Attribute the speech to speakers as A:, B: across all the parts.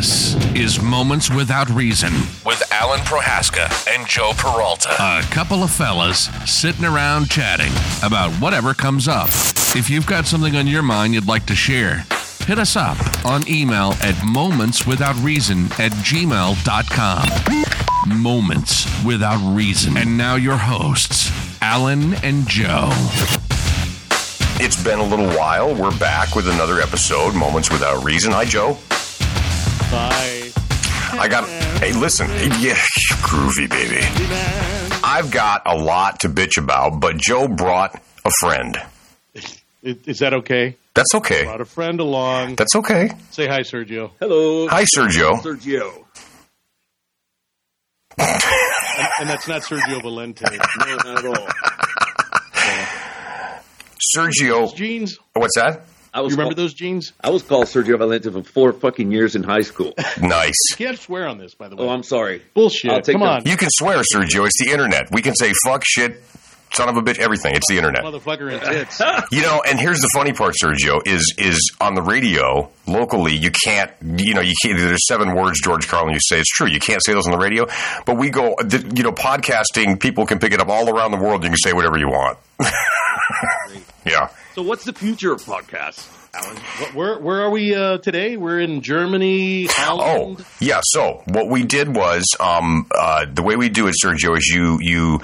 A: is Moments Without Reason
B: with Alan Prohaska and Joe Peralta.
A: a couple of fellas sitting around chatting about whatever comes up. If you've got something on your mind you'd like to share, hit us up on email at momentswithoutreason at gmail.com. Moments Without Reason. And now your hosts, Alan and Joe.
B: It's been a little while. We're back with another episode, Moments Without Reason. Hi, Joe.
C: Bye.
B: I got. Hey, listen. Yeah, groovy, baby. I've got a lot to bitch about, but Joe brought a friend.
C: Is, is that okay?
B: That's okay.
C: Brought a friend along.
B: That's okay.
C: Say hi, Sergio.
D: Hello,
B: Hi, Sergio.
D: Sergio.
C: And, and that's not Sergio Valente.
D: No, not at all.
C: Those
B: Sergio.
C: jeans.
B: What's that?
D: I
C: You
D: was
C: remember
D: called,
C: those jeans?
D: I was called Sergio Valente for four fucking years in high school.
B: Nice.
C: Can't swear on this, by the way.
D: Oh, I'm sorry.
C: Bullshit.
D: I'll take
C: Come
D: the-
C: on,
B: You can swear, Sergio. It's the internet. We can say fuck, shit, son of a bitch, everything. It's the internet.
C: motherfucker and tits.
B: You know, and here's the funny part, Sergio, is is on the radio locally you can't you know, you can't there's seven words George Carlin you say it's true. You can't say those on the radio. But we go the, you know, podcasting, people can pick it up all around the world, you can say whatever you want. yeah.
D: So, what's the future of podcasts, Alan?
C: What- where where are we uh, today? We're in Germany,
B: Oh,
C: Holland.
B: yeah. So what we did was um, uh, the way we do it, Sergio, is you you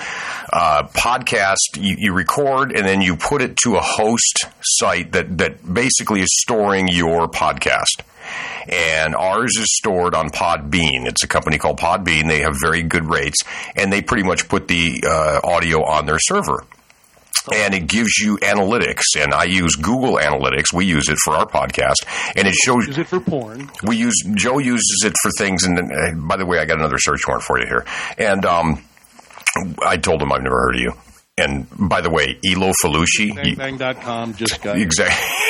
B: uh, podcast, you, you record, and then you put it to a host site that that basically is storing your podcast. And ours is stored on Podbean. It's a company called Podbean. They have very good rates, and they pretty much put the uh, audio on their server and it gives you analytics. And I use Google Analytics. We use it for our podcast, and it shows
C: Is it for porn?
B: we use Joe uses it for things. And uh, by the way, I got another search warrant for you here. And um, I told him I've never heard of you. And by the way, Elo Falushi, you-
C: Bangbang.com just got.
B: Exactly.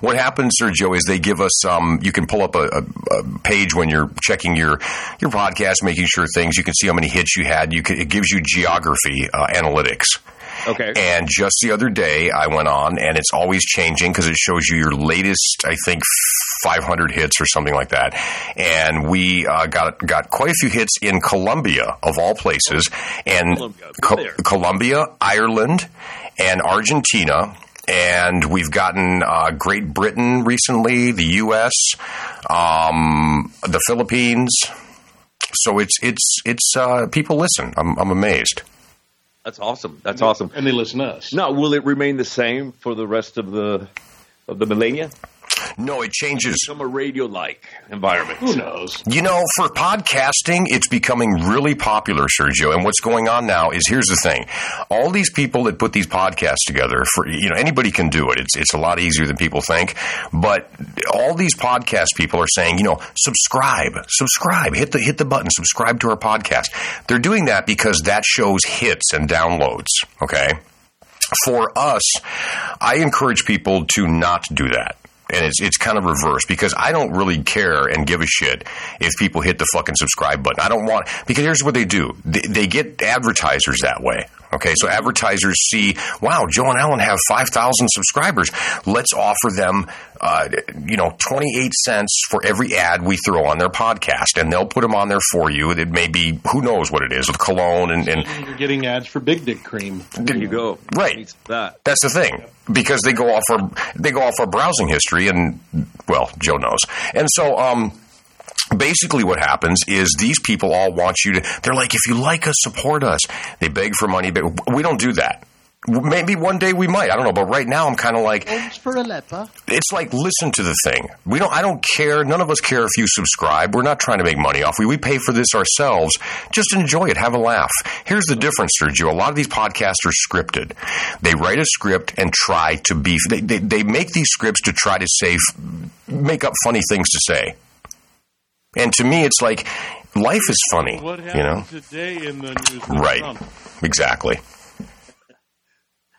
B: What happens, Sergio, is they give us. Um, you can pull up a, a, a page when you're checking your your podcast, making sure things. You can see how many hits you had. You can, it gives you geography uh, analytics.
D: Okay.
B: And just the other day, I went on, and it's always changing because it shows you your latest, I think, 500 hits or something like that. And we uh, got got quite a few hits in Colombia, of all places, and
D: Colombia. I've been
B: Co-
D: there.
B: Colombia, Ireland, and Argentina. And we've gotten uh, Great Britain recently, the U.S., um, the Philippines. So it's it's it's uh, people listen. I'm, I'm amazed.
D: That's awesome. That's awesome.
C: And they listen to us.
D: Now, will it remain the same for the rest of the of the millennia?
B: No, it changes.
D: Become a radio like environment.
C: Who knows?
B: You know, for podcasting, it's becoming really popular, Sergio. And what's going on now is here's the thing: all these people that put these podcasts together for you know anybody can do it. It's it's a lot easier than people think. But all these podcast people are saying, you know, subscribe, subscribe, hit the hit the button, subscribe to our podcast. They're doing that because that shows hits and downloads. Okay for us, I encourage people to not do that. And it's, it's kind of reverse because I don't really care and give a shit if people hit the fucking subscribe button. I don't want, because here's what they do. They, they get advertisers that way. Okay. So advertisers see, wow, Joe and Alan have 5,000 subscribers. Let's offer them, uh, you know, 28 cents for every ad we throw on their podcast and they'll put them on there for you. It may be, who knows what it is with cologne and, and
C: You're getting ads for Big Dick Cream.
D: There you go.
B: Right.
D: It's that.
B: That's the thing because they go off our they go off our browsing history, and well, Joe knows. And so, um, basically, what happens is these people all want you to. They're like, if you like us, support us. They beg for money, but we don't do that. Maybe one day we might. I don't know, but right now I'm kind of like it's like listen to the thing. We don't. I don't care. None of us care if you subscribe. We're not trying to make money off. We we pay for this ourselves. Just enjoy it. Have a laugh. Here's the difference, Sergio. A lot of these podcasts are scripted. They write a script and try to be. They they, they make these scripts to try to say, make up funny things to say. And to me, it's like life is funny.
C: What happened
B: you know.
C: today in the news? with
B: Right.
C: Trump?
B: Exactly.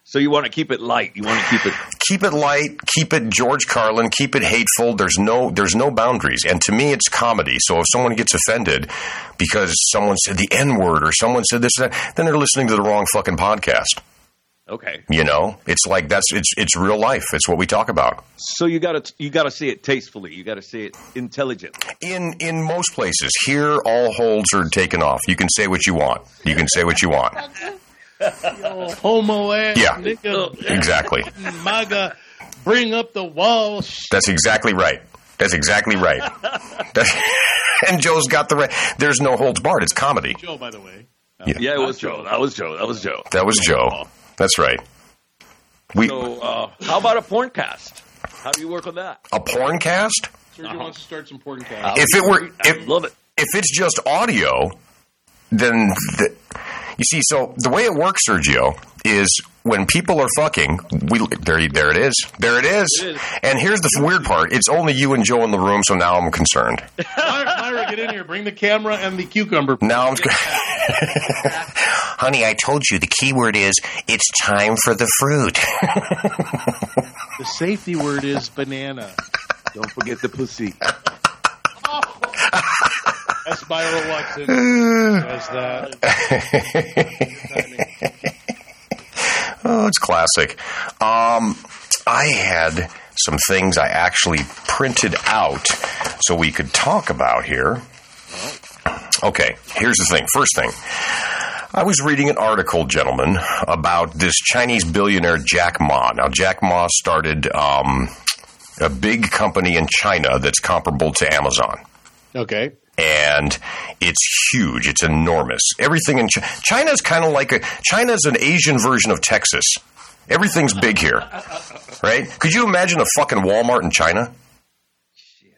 D: So you want to keep it light. You want to keep it.
B: keep it light, keep it George Carlin, keep it hateful. There's no there's no boundaries. And to me it's comedy. So if someone gets offended because someone said the N word or someone said this or that, then they're listening to the wrong fucking podcast.
D: Okay.
B: You know, it's like that's it's it's real life. It's what we talk about.
D: So you got to you got to see it tastefully. You got to see it intelligently.
B: In in most places, here all holds are taken off. You can say what you want. You can say what you want.
C: Homo ass
B: Yeah.
C: nigga,
B: Exactly.
C: MAGA, bring up the wall.
B: That's exactly right. That's exactly right. That's- and Joe's got the right. There's no holds barred. It's comedy.
C: Joe, by the way.
D: Yeah, it was Joe. That was Joe. That was Joe.
B: That was Joe. That's right. We
D: So uh, how about a porncast? How do you work on that?
B: a porn cast?
C: Sergio
D: Uh-huh.
C: wants to start some porn
D: Uh,
C: cast.
B: If it were
D: I
B: if,
D: love it.
B: if it's just audio, then the, you see. So the way it works, Sergio, is when people are fucking, we there. There it is. There it is.
D: It is.
B: And here's the weird part: it's only you and Joe in the room. So now I'm concerned.
D: Uh-huh.
C: Myra, Myra, get in here. Bring the camera and the cucumber.
B: Now I'm. Honey, I told you the key word is it's time for the fruit.
C: The safety word is banana.
D: Don't forget the pussy.
C: That's Myra Watson. Does that.
B: Oh, it's classic. Um, I had some things I actually printed out so we could talk about here. Okay, here's the thing. First thing, I was reading an article, gentlemen, about this Chinese billionaire Jack Ma. Now, Jack Ma started um, a big company in China that's comparable to Amazon
C: Okay.
B: and it's huge. It's enormous. Everything in China, China's kind of like a China's an Asian version of Texas. Everything's big here, right? Could you imagine a fucking Walmart in China?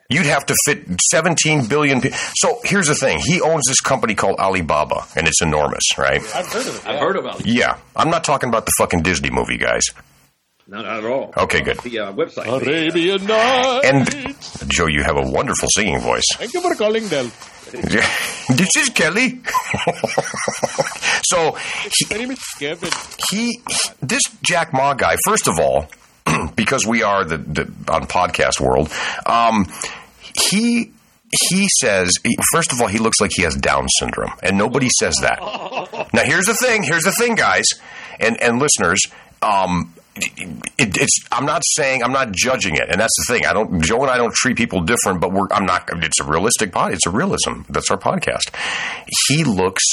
B: You'd have to fit 17 billion people. So here's the thing. He owns this company called Alibaba, and it's enormous, right?
C: I've heard of it.
D: I've heard about it.
B: Yeah. I'm not talking about the fucking Disney movie, guys.
D: Not at all.
B: Okay, good.
D: The uh, website.
C: Arabian Nights.
B: And Joe, you have a wonderful singing voice.
C: Thank you for calling, Del.
B: this is Kelly. so
C: My name is Kevin.
B: he this Jack Ma guy. First of all, because we are the, the on podcast world, um, he he says he- first of all he looks like he has Down syndrome, and nobody says that. now here's the thing. Here's the thing, guys, and and listeners. Um, it, it's. I'm not saying. I'm not judging it, and that's the thing. I don't. Joe and I don't treat people different, but we're. I'm not. It's a realistic pod. It's a realism. That's our podcast. He looks.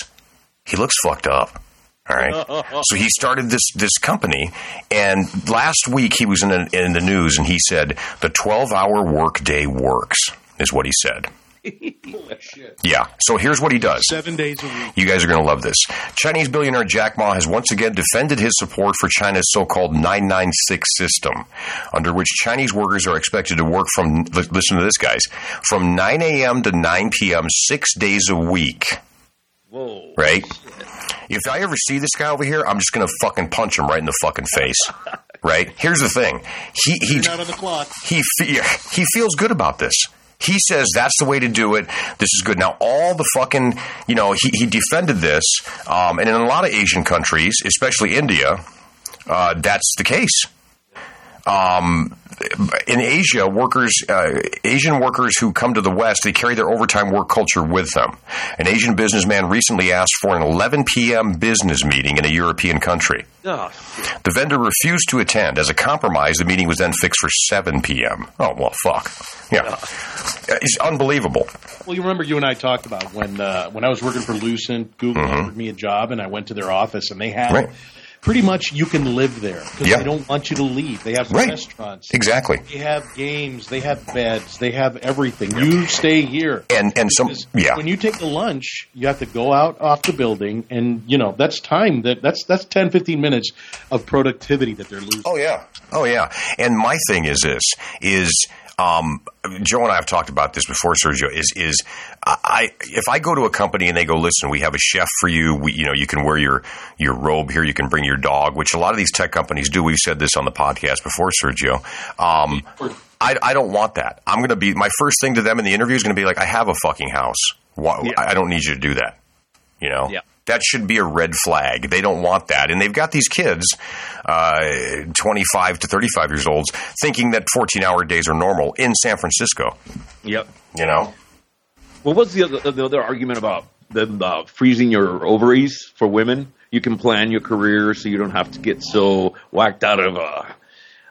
B: He looks fucked up. All right. So he started this this company, and last week he was in a, in the news, and he said the 12 hour workday works is what he said. Yeah. So here's what he does.
C: Seven days a week.
B: You guys are going to love this. Chinese billionaire Jack Ma has once again defended his support for China's so called 996 system, under which Chinese workers are expected to work from, li- listen to this, guys, from 9 a.m. to 9 p.m., six days a week,
D: Whoa.
B: right? If I ever see this guy over here, I'm just going to fucking punch him right in the fucking face, right? Here's the thing. He, he,
C: Not on the clock.
B: he fe- he feels good about this. He says that's the way to do it. This is good. Now, all the fucking, you know, he, he defended this. Um, and in a lot of Asian countries, especially India, uh, that's the case. Um, in Asia, workers, uh, Asian workers who come to the West, they carry their overtime work culture with them. An Asian businessman recently asked for an 11 p.m. business meeting in a European country.
D: Oh, shit.
B: The vendor refused to attend. As a compromise, the meeting was then fixed for 7 p.m. Oh, well, fuck. Yeah. It's unbelievable.
C: Well, you remember you and I talked about when uh, when I was working for Lucent, Google offered me a job, and I went to their office, and they had
B: Mm-hmm. Right.
C: pretty much you can live there because
B: Yeah.
C: they don't want you to leave. They have
B: Right.
C: restaurants,
B: Exactly.
C: they have games, they have beds, they have everything. You stay here.
B: And and some
C: Because
B: yeah.
C: When you take a lunch, you have to go out off the building, and you know that's time that that's that's 10, 15 minutes of productivity that they're losing.
B: Oh yeah. Oh yeah. And my thing is this is um, Joe and I have talked about this before, Sergio. Is is I if I go to a company and they go, listen, we have a chef for you. We, you know, you can wear your your robe here. You can bring your dog, which a lot of these tech companies do. We've said this on the podcast before, Sergio. Um, I, I don't want that. I'm going to be my first thing to them in the interview is going to be like, I have a fucking house. Why,
D: Yeah.
B: I I don't need you to do that. You know,
D: Yeah.
B: that should be a red flag. They don't want that. And they've got these kids, uh, 25 to 35 years olds, thinking that 14 hour days are normal in San Francisco.
D: Yep.
B: You know?
D: What was the other, the other argument about them uh, freezing your ovaries for women? you can plan your career so you don't have to get so whacked out of a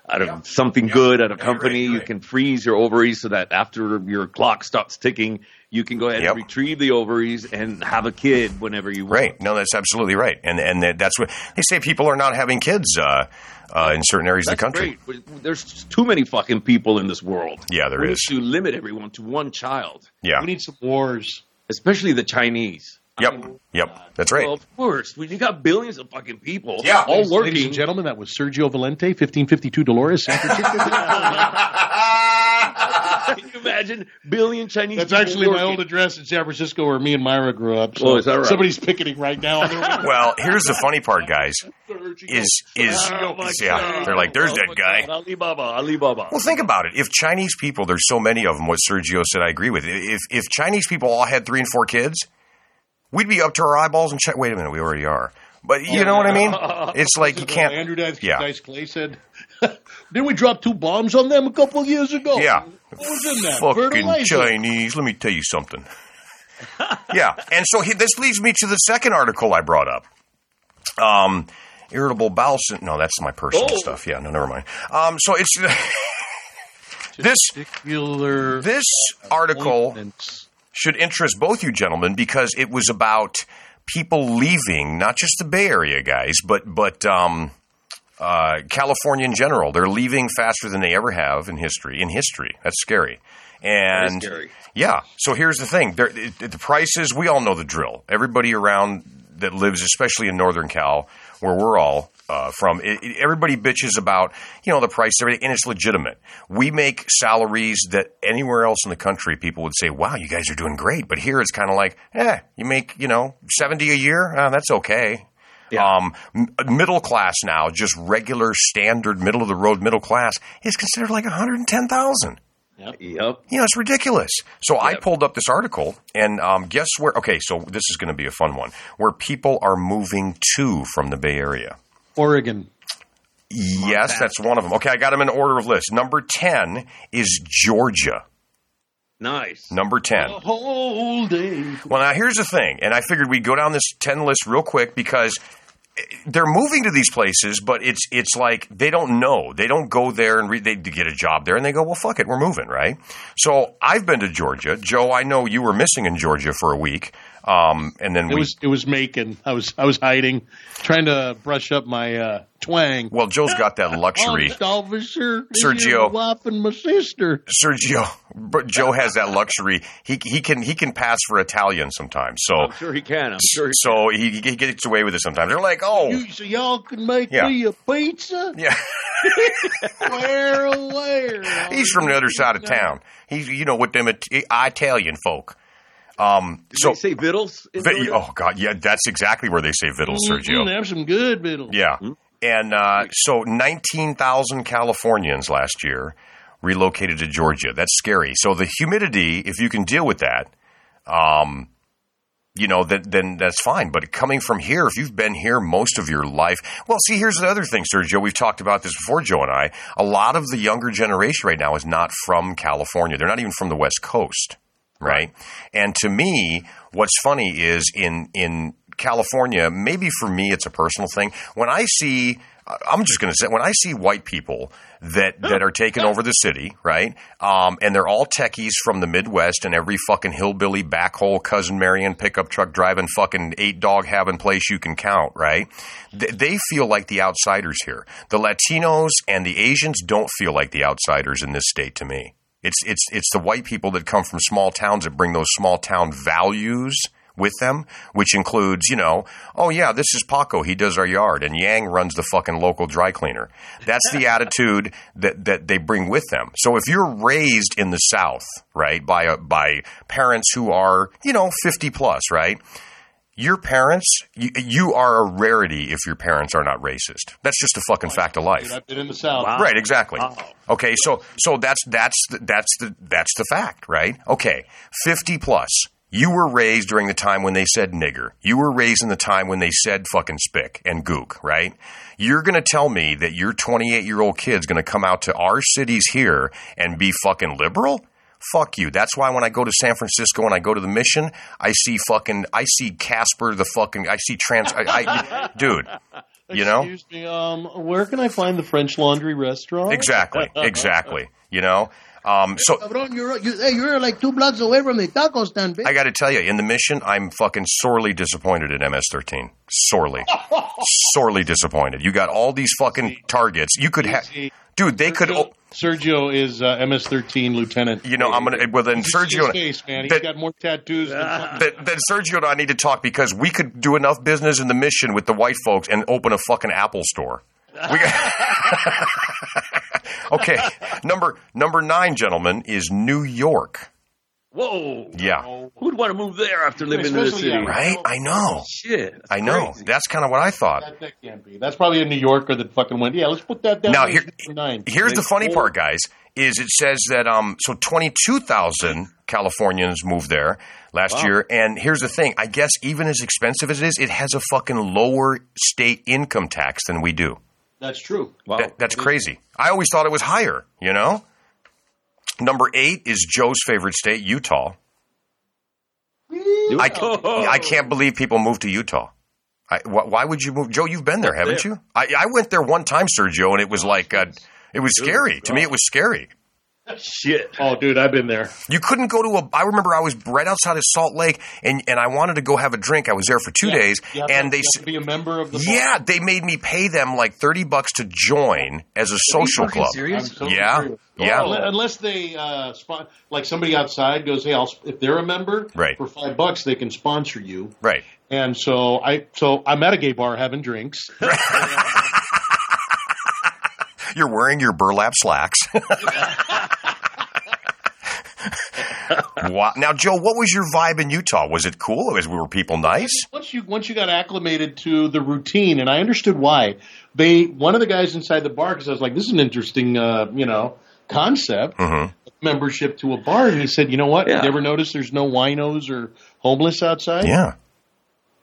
D: out of something good at a
B: Yeah,
D: company.
B: right,
D: You
B: right.
D: can freeze your ovaries so that after your clock stops ticking, you can go ahead
B: Yep.
D: and retrieve the ovaries and have a kid whenever you want.
B: Right. No, that's absolutely right. And and that- that's what they say. People are not having kids uh, uh, in certain areas of the
D: That's
B: country.
D: great, but There's just too many fucking people in this world.
B: Yeah, there
D: we
B: is.
D: Need to limit everyone to one child,
B: Yeah.
C: We need some wars.
D: especially the Chinese.
B: Yep. Yep. That's right.
D: Well, of course, when you got billions of fucking people,
B: Yeah.
D: all
B: Ladies-
C: Ladies
D: Oh, working.
C: and gentlemen, that was Sergio Valente, 1552 Dolores. San Francisco.
D: Can you imagine billion Chinese?
C: That's
D: people
C: actually my
D: working?
C: old address in San Francisco where me and Myra grew up. So
D: Oh, is that right?
C: Somebody's picketing right now. on their way
B: well, here's the funny part, guys.
C: to Sergio.
B: Is is
D: Oh my
B: yeah?
D: God.
B: They're like, there's
D: Oh
B: that
D: my
B: guy.
D: God, Alibaba, Alibaba.
B: Well, think about it. If Chinese people, there's so many of them. What Sergio said, I agree with. If if Chinese people all had three and four kids, we'd be up to our eyeballs in China. Wait a minute, we already are. But you know what I mean? It's like you can't.
C: Andrew Dice,
B: yeah.
C: Dice Clay said, "Didn't we drop two bombs on them a couple of years ago?"
B: Yeah.
C: what was in that?
B: Fucking
C: Fertilizer.
B: Chinese. Let me tell you something. yeah, and so he, this leads me to the second article I brought up. Um, irritable bowel syndrome. No, that's my personal
D: Oh.
B: stuff. Yeah, no, never mind. Um, so it's this
C: Particular
B: this article.
C: appointments.
B: should interest both you gentlemen because it was about people leaving, not just the Bay Area guys, but but um, uh, California in general. They're leaving faster than they ever have in history. In history, that's scary. And
D: scary.
B: yeah, so here's the thing: there, it, it- the prices. We all know the drill. Everybody around that lives, especially in Northern Cal, where we're all. Uh, from it, it- everybody bitches about you know the price of everything and it's legitimate. We make salaries that anywhere else in the country people would say, "Wow, you guys are doing great," but here it's kind of like, "Eh, you make you know seventy a year, uh, that's okay." Um, m- middle class now, just regular standard middle of the road middle class is considered like one hundred and ten thousand.
D: Yep.
B: You know, it's ridiculous. So I pulled up this article, and um, guess where? Okay, so this is going to be a fun one where people are moving to from the Bay Area.
C: Oregon.
B: Yes, that's one of them. Okay, I got them in order of list. Number 10 is Georgia.
D: Nice.
B: Number 10.
C: The whole day.
B: Well, now here's the thing, and I figured we'd go down this ten list real quick because eh, they're moving to these places, but it's it's like they don't know, they don't go there and re- they get a job there, and they go, well, fuck it, we're moving, right? So I've been to Georgia, Joe. I know you were missing in Georgia for a week, um, and then
C: It
B: we.
C: was it was Macon. I was I was hiding, trying to brush up my uh, twang.
B: well, Joe's got that luxury.
C: Oh, Dolphisher,
B: Sergio.
C: wife and my sister.
B: Sergio, but Joe has that luxury. He he can he can pass for Italian sometimes. So
C: Oh,
D: I'm sure he can. I'm sure. He
B: so he, he gets away with it sometimes. They're like, oh
C: You, so y'all can make
B: Yeah.
C: me a pizza?
B: yeah.
C: Where, where?
B: He's from the other side of town. He's you know with them It- Italian folk. Um, so
D: Did they say Vittles? in
B: vi-
D: Georgia?
B: oh god, yeah, that's exactly where they say vittles,
E: Mm-hmm.
C: Mm,
B: Sergio.
C: have some good vittles.
B: Yeah, and uh, so nineteen thousand Californians last year relocated to Georgia. That's scary. So the humidity, if you can deal with that, um, you know, that, then that's fine. But coming from here, if you've been here most of your life, well, see, here's the other thing, Sergio. We've talked about this before, Joe and I. A lot of the younger generation right now is not from California. They're not even from the West Coast, right? And to me, what's funny is in in California, maybe for me, it's a personal thing. When I see I- I'm just going to say when I see white people that that are taking over the city, right? Um, and they're all techies from the Midwest and every fucking hillbilly backhole cousin Marion pickup truck driving fucking eight dog having place you can count, right? Th- they feel like the outsiders here. The Latinos and the Asians don't feel like the outsiders in this state to me. It's it's it's the white people that come from small towns that bring those small town values with them, which includes, you know, oh yeah, this is Paco, he does our yard, and Yang runs the fucking local dry cleaner. That's the attitude that that they bring with them. So if you're raised in the South, right, by a, by parents who are, you know, fifty plus, right. Your parents, you, you are a rarity if your parents are not racist. That's just a fucking fact of life.
C: Dude, I've been in the South.
B: Right, exactly. Okay, so so that's that's the, that's the that's the fact, right? Okay, fifty plus. You were raised during the time when they said nigger. You were raised in the time when they said fucking spick and gook, right? You're going to tell me that your 28 year old kid's going to come out to our cities here and be fucking liberal? Fuck you. That's why when I go to San Francisco and I go to the mission, I see fucking, I see Casper the fucking, I see trans, I, I, dude, you know?
E: Excuse me. Um, where can I find the French Laundry restaurant?
B: Exactly, exactly, you know? Um, so
F: Cabrón, you're, you, hey, you're like two blocks away from the taco stand, bitch.
B: I got to tell you, in the mission, I'm fucking sorely disappointed at MS13. Sorely, sorely disappointed. You got all these fucking targets. You could have,
E: Easy.
B: dude, they could.
E: Sergio, Sergio is uh, MS13 lieutenant.
B: Oh. You know, I'm gonna. Well, then
E: Look at
B: Sergio.
E: his face, man. He's
B: that-
E: got more tattoos.
F: Ah.
E: Than fucking-
B: Then, then Sergio and I need to talk because we could do enough business in the mission with the white folks and open a fucking Apple store. We got- okay, number number nine, gentlemen, is New York.
D: Whoa.
B: Yeah,
D: Who'd want to move there after living in the
E: Especially,
D: city?
E: yeah.
B: right. I know.
D: Shit. that's
B: I know.
D: crazy.
B: That's kind of what I thought.
E: that, that can't be. That's probably a New Yorker that fucking went. Yeah, let's put that down.
B: Now,
E: as
B: here-
E: number nine.
B: Here's the funny
D: Oh.
B: part, guys, is it says that um so twenty two thousand Californians moved there last year, and here's the thing: I guess even as expensive as it is, it has a fucking lower state income tax than we do.
E: That's true.
D: Wow.
B: That- that's crazy. I always thought it was higher. You know. Number eight is Joe's favorite state, Utah. I,
D: Oh.
B: I can't believe people move to Utah. I, wh- why would you move, Joe? You've been there, haven't
D: there.
B: you? I, I went there one time, Sergio, and it was like uh, it was scary. To me, it was scary.
D: Shit.
E: Oh, dude, I've been there.
B: You couldn't go to a. I remember I was right outside of Salt Lake, and and I wanted to go have a drink. I was there for two days,
E: You have
B: and they.
E: to, you have to be a member of the.
B: s- Yeah, they made me pay them like thirty bucks to join as a social
D: fucking
B: club.
E: I'm
D: serious?
E: so
B: Yeah,
E: serious.
B: yeah.
E: Well, Oh, unless they uh, spon- like somebody outside goes, hey, I'll, sp- if they're a member,
B: Right.
E: for five bucks they can sponsor you.
B: Right.
E: And so I, so I'm at a gay bar having drinks.
B: You're wearing your burlap slacks. wow. Now, Joe, what was your vibe in Utah? Was it cool? Was were people nice?
E: once you once you got acclimated to the routine, and I understood why they one of the guys inside the bar because I was like, this is an interesting uh, you know concept
B: Mm-hmm.
E: membership to a bar, and he said, you know what?
D: Yeah.
E: You ever notice there's no winos or homeless outside?
B: Yeah.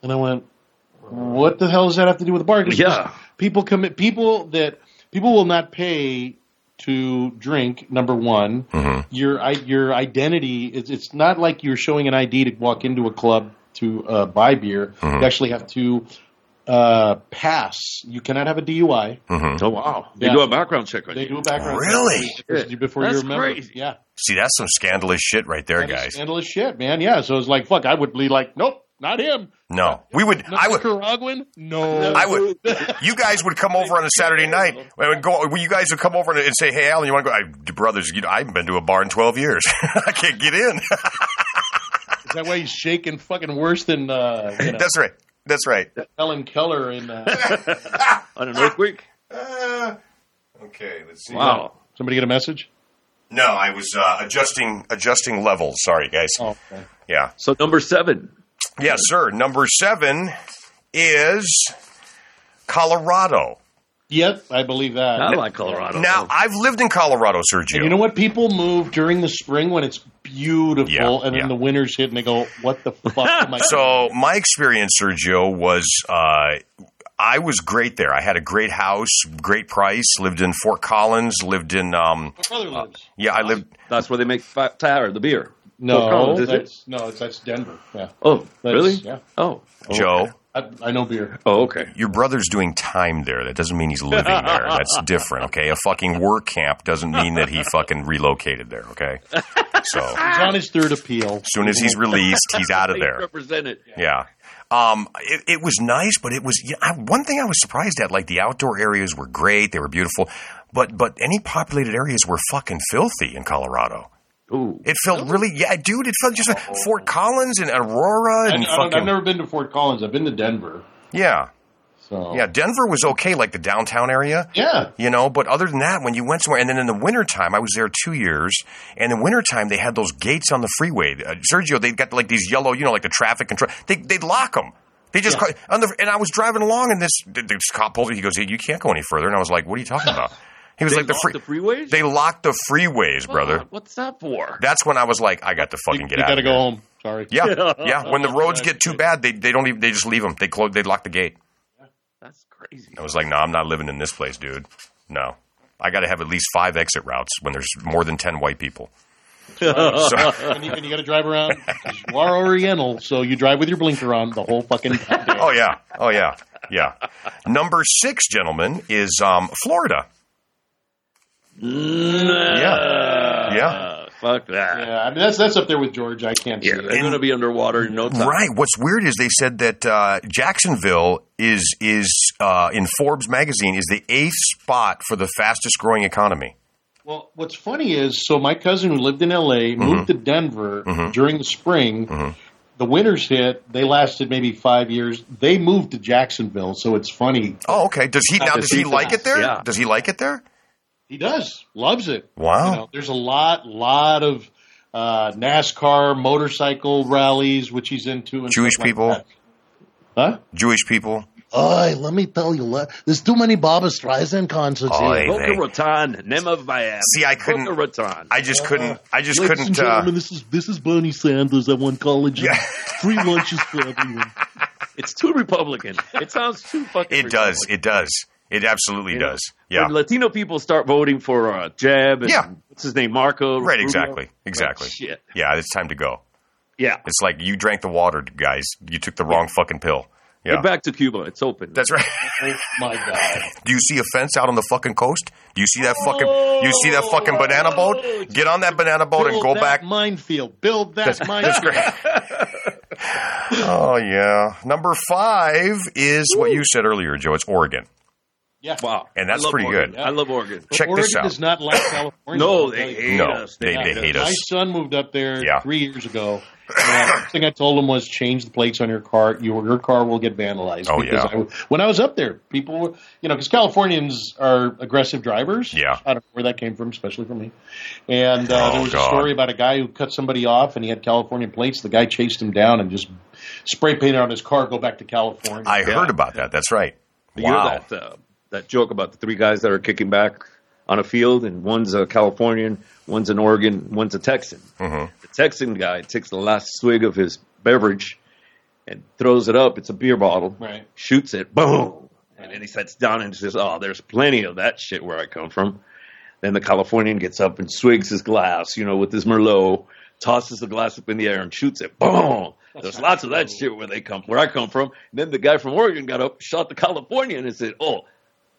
E: And I went, what the hell does that have to do with the bar? 'Cause
D: Yeah.
E: people commit people that people will not pay to drink number one
B: Mm-hmm.
E: your i your identity it's, it's not like you're showing an id to walk into a club to uh, buy beer
B: Mm-hmm.
E: you actually have to uh, pass you cannot have a dui
D: Oh, wow. They
E: Yeah.
D: do a background check on
E: they
D: you.
E: do a background check
B: Really?
E: before you- before
D: That's
E: you're a member
D: crazy.
E: yeah
B: See, that's some scandalous shit right there,
E: That is
B: guys.
E: scandalous shit man yeah so it's like fuck i would be like nope not him
B: No, we would.
E: Not
B: I would.
E: Nicaraguan? No.
B: I would. You guys would come over on a Saturday night. I would go. You guys would come over and say, "Hey, Alan, you want to go?" I, brothers, you know, I haven't been to a bar in twelve years. I can't get in.
E: Is that why he's shaking fucking worse than uh, you know,
B: That's right. That's right.
E: Helen Keller in uh,
D: On an earthquake?
B: okay, let's see.
D: Wow.
E: Somebody get a message?
B: No, I was uh, adjusting adjusting levels. Sorry, guys.
E: Oh, okay.
B: Yeah,
D: So, number seven.
B: yeah, sir. Number seven is Colorado.
E: Yep, I believe that.
D: I like Colorado.
B: Now, I've lived in Colorado, Sergio.
E: and you know what? People move during the spring when it's beautiful,
B: Yeah,
E: and then
B: yeah.
E: the winters hit, and they go, "What the fuck?" Am I
B: So my experience, Sergio, was uh, I was great there. I had a great house, great price. Lived in Fort Collins. Lived in um,
D: Uh,
E: My brother lives.
B: yeah, I lived.
D: That's where they make fa- tire, the beer. Fort
E: No,
D: Collins, is it?
E: that's no, it's that's Denver. Yeah,
D: Oh,
E: That's-
D: really?
E: yeah.
D: Oh.
B: Joe,
E: I, I know beer.
D: Oh, okay.
B: your brother's doing time there. That doesn't mean he's living there. That's different. Okay, a fucking work camp doesn't mean that he fucking relocated there. Okay, so as
E: He's on his third appeal.
B: soon as he's released, he's out of
D: They
B: there.
D: represent it.
B: Yeah. Um, it, it was nice, but it was yeah, I, one thing I was surprised at. Like the outdoor areas were great; they were beautiful, but but any populated areas were fucking filthy in Colorado.
D: Ooh.
B: It felt really, yeah, dude. It felt just Fort Collins and Aurora
E: I,
B: and
E: I don't,
B: fucking
E: I've never been to Fort Collins. I've been to Denver.
B: yeah,
E: So
B: yeah. Denver was okay, like the downtown area.
E: yeah.
B: You know, but other than that, when you went somewhere, and then in the wintertime, I was there two years, and in wintertime, they had those gates on the freeway. Uh, Sergio, they got like these yellow, you know, like the traffic control. They, they'd lock them. They just,
E: Yeah.
B: on the, and I was driving along, and this, th- this cop pulled me. He goes, hey, You can't go any further. And I was like, What are you talking about? He was
D: They
B: like, the,
D: lock
B: free-
D: the freeways?
B: They locked the freeways, brother.
D: God, what's that for?
B: That's when I was like, I got to
E: You,
B: fucking
E: you
B: get out
E: Uh-huh. gotta
B: of
E: go
B: here.
E: home. Sorry.
B: Yeah, yeah. When the roads get too bad, they, they don't even, they just leave them. They close, they lock the gate.
D: That's crazy.
B: I was like, no, I'm not living in this place, dude. No. I got to have at least five exit routes when there's more than 10 white people. So-
E: and you, and you got to drive around. 'cause You are Oriental, so you drive with your blinker on the whole fucking time.
B: oh yeah, oh yeah, yeah. Number six, gentlemen, is um, Florida. Yeah, yeah.
D: Uh, Fuck that.
E: Yeah, I mean that's that's up there with George. I can't
D: Yeah,
E: see
D: they're
E: it.
D: going to be underwater in no time.
B: Right. What's weird is they said that uh, Jacksonville is is uh, in Forbes magazine is the eighth spot for the fastest growing economy.
E: Well, what's funny is so my cousin who lived in L.A.
B: Mm-hmm.
E: moved to Denver during the spring. The winters hit. They lasted maybe five years. They moved to Jacksonville, so it's funny.
B: Oh, okay. Does he now? Does he
D: he's
B: like
D: fast,
B: it there?
D: yeah.
B: Does he like it there?
E: He does loves it.
B: Wow.
E: You know, there's a lot, lot of uh, NASCAR motorcycle rallies, which he's into. And
B: Jewish
E: stuff like
B: people?
E: that. huh?
B: Jewish people.
G: Oy, let me tell you, le- there's too many Barbra Streisand concerts
B: Oy.
G: here.
D: Boca
B: Anything.
D: Raton, name of my ass.
B: See, I couldn't-
D: Boca Raton.
B: I just couldn't. I just
H: Ladies and
B: couldn't.
H: gentlemen,
B: Uh,
H: this is this is Bernie Sanders. I won college.
B: Yeah.
H: Free lunches for everyone.
D: it's too Republican. It sounds too fucking.
B: it does.
D: Republican.
B: It does. It absolutely
D: You know,
B: does. Yeah.
D: When Latino people start voting for uh, Jeb. And
B: Yeah.
D: What's his name? Marco.
B: Right.
D: Rubio.
B: Exactly. Exactly.
D: Shit.
B: Yeah. It's time to go.
D: Yeah.
B: It's like you drank the water, guys. You took the wrong fucking pill. Yeah.
D: Get back to Cuba. It's open.
B: That's right.
E: Oh my god!
B: Do you see a fence out on the fucking coast? Do you see that fucking? You see that fucking banana boat? Get on that banana boat and
E: Build
B: go
E: that
B: back.
E: minefield. Build that minefield.
B: Oh yeah. Number five is what you said earlier, Joe. It's Oregon.
E: Yeah.
D: wow.
B: And that's
D: I love
B: pretty
D: Oregon.
B: good.
D: I love Oregon.
B: Check
E: Oregon
B: this out.
E: does not like California.
D: No,
E: I'll tell
D: they
E: you.
D: hate
B: No,
D: us.
B: they- they hate us.
E: My son moved up there
B: Yeah.
E: three years ago. And the first thing I told him was change the plates on your car. Your, your car will get vandalized.
B: Oh,
E: because
B: yeah.
E: I, when I was up there, people were, you know, because Californians are aggressive drivers.
B: Yeah.
E: I don't know where that came from, especially for me. And uh,
B: Oh,
E: there was
B: God.
E: a story about a guy who cut somebody off and he had California plates. The guy chased him down and just spray painted on his car, go back to California.
B: I
D: Yeah.
B: heard about that. That's right.
D: You hear
B: Wow.
D: that, uh, that joke about the three guys that are kicking back on a field, and one's a Californian, one's an Oregon, one's a Texan.
B: Mm-hmm.
D: The Texan guy takes the last swig of his beverage and throws it up. It's a beer bottle.
E: Right.
D: Shoots it. Boom. And then he sits down and says, "Oh, there's plenty of that shit where I come from." Then the Californian gets up and swigs his glass, you know, with his Merlot, tosses the glass up in the air and shoots it. Boom! There's lots of that shit where they come, where I come from. And then the guy from Oregon got up, shot the Californian, and said, "Oh,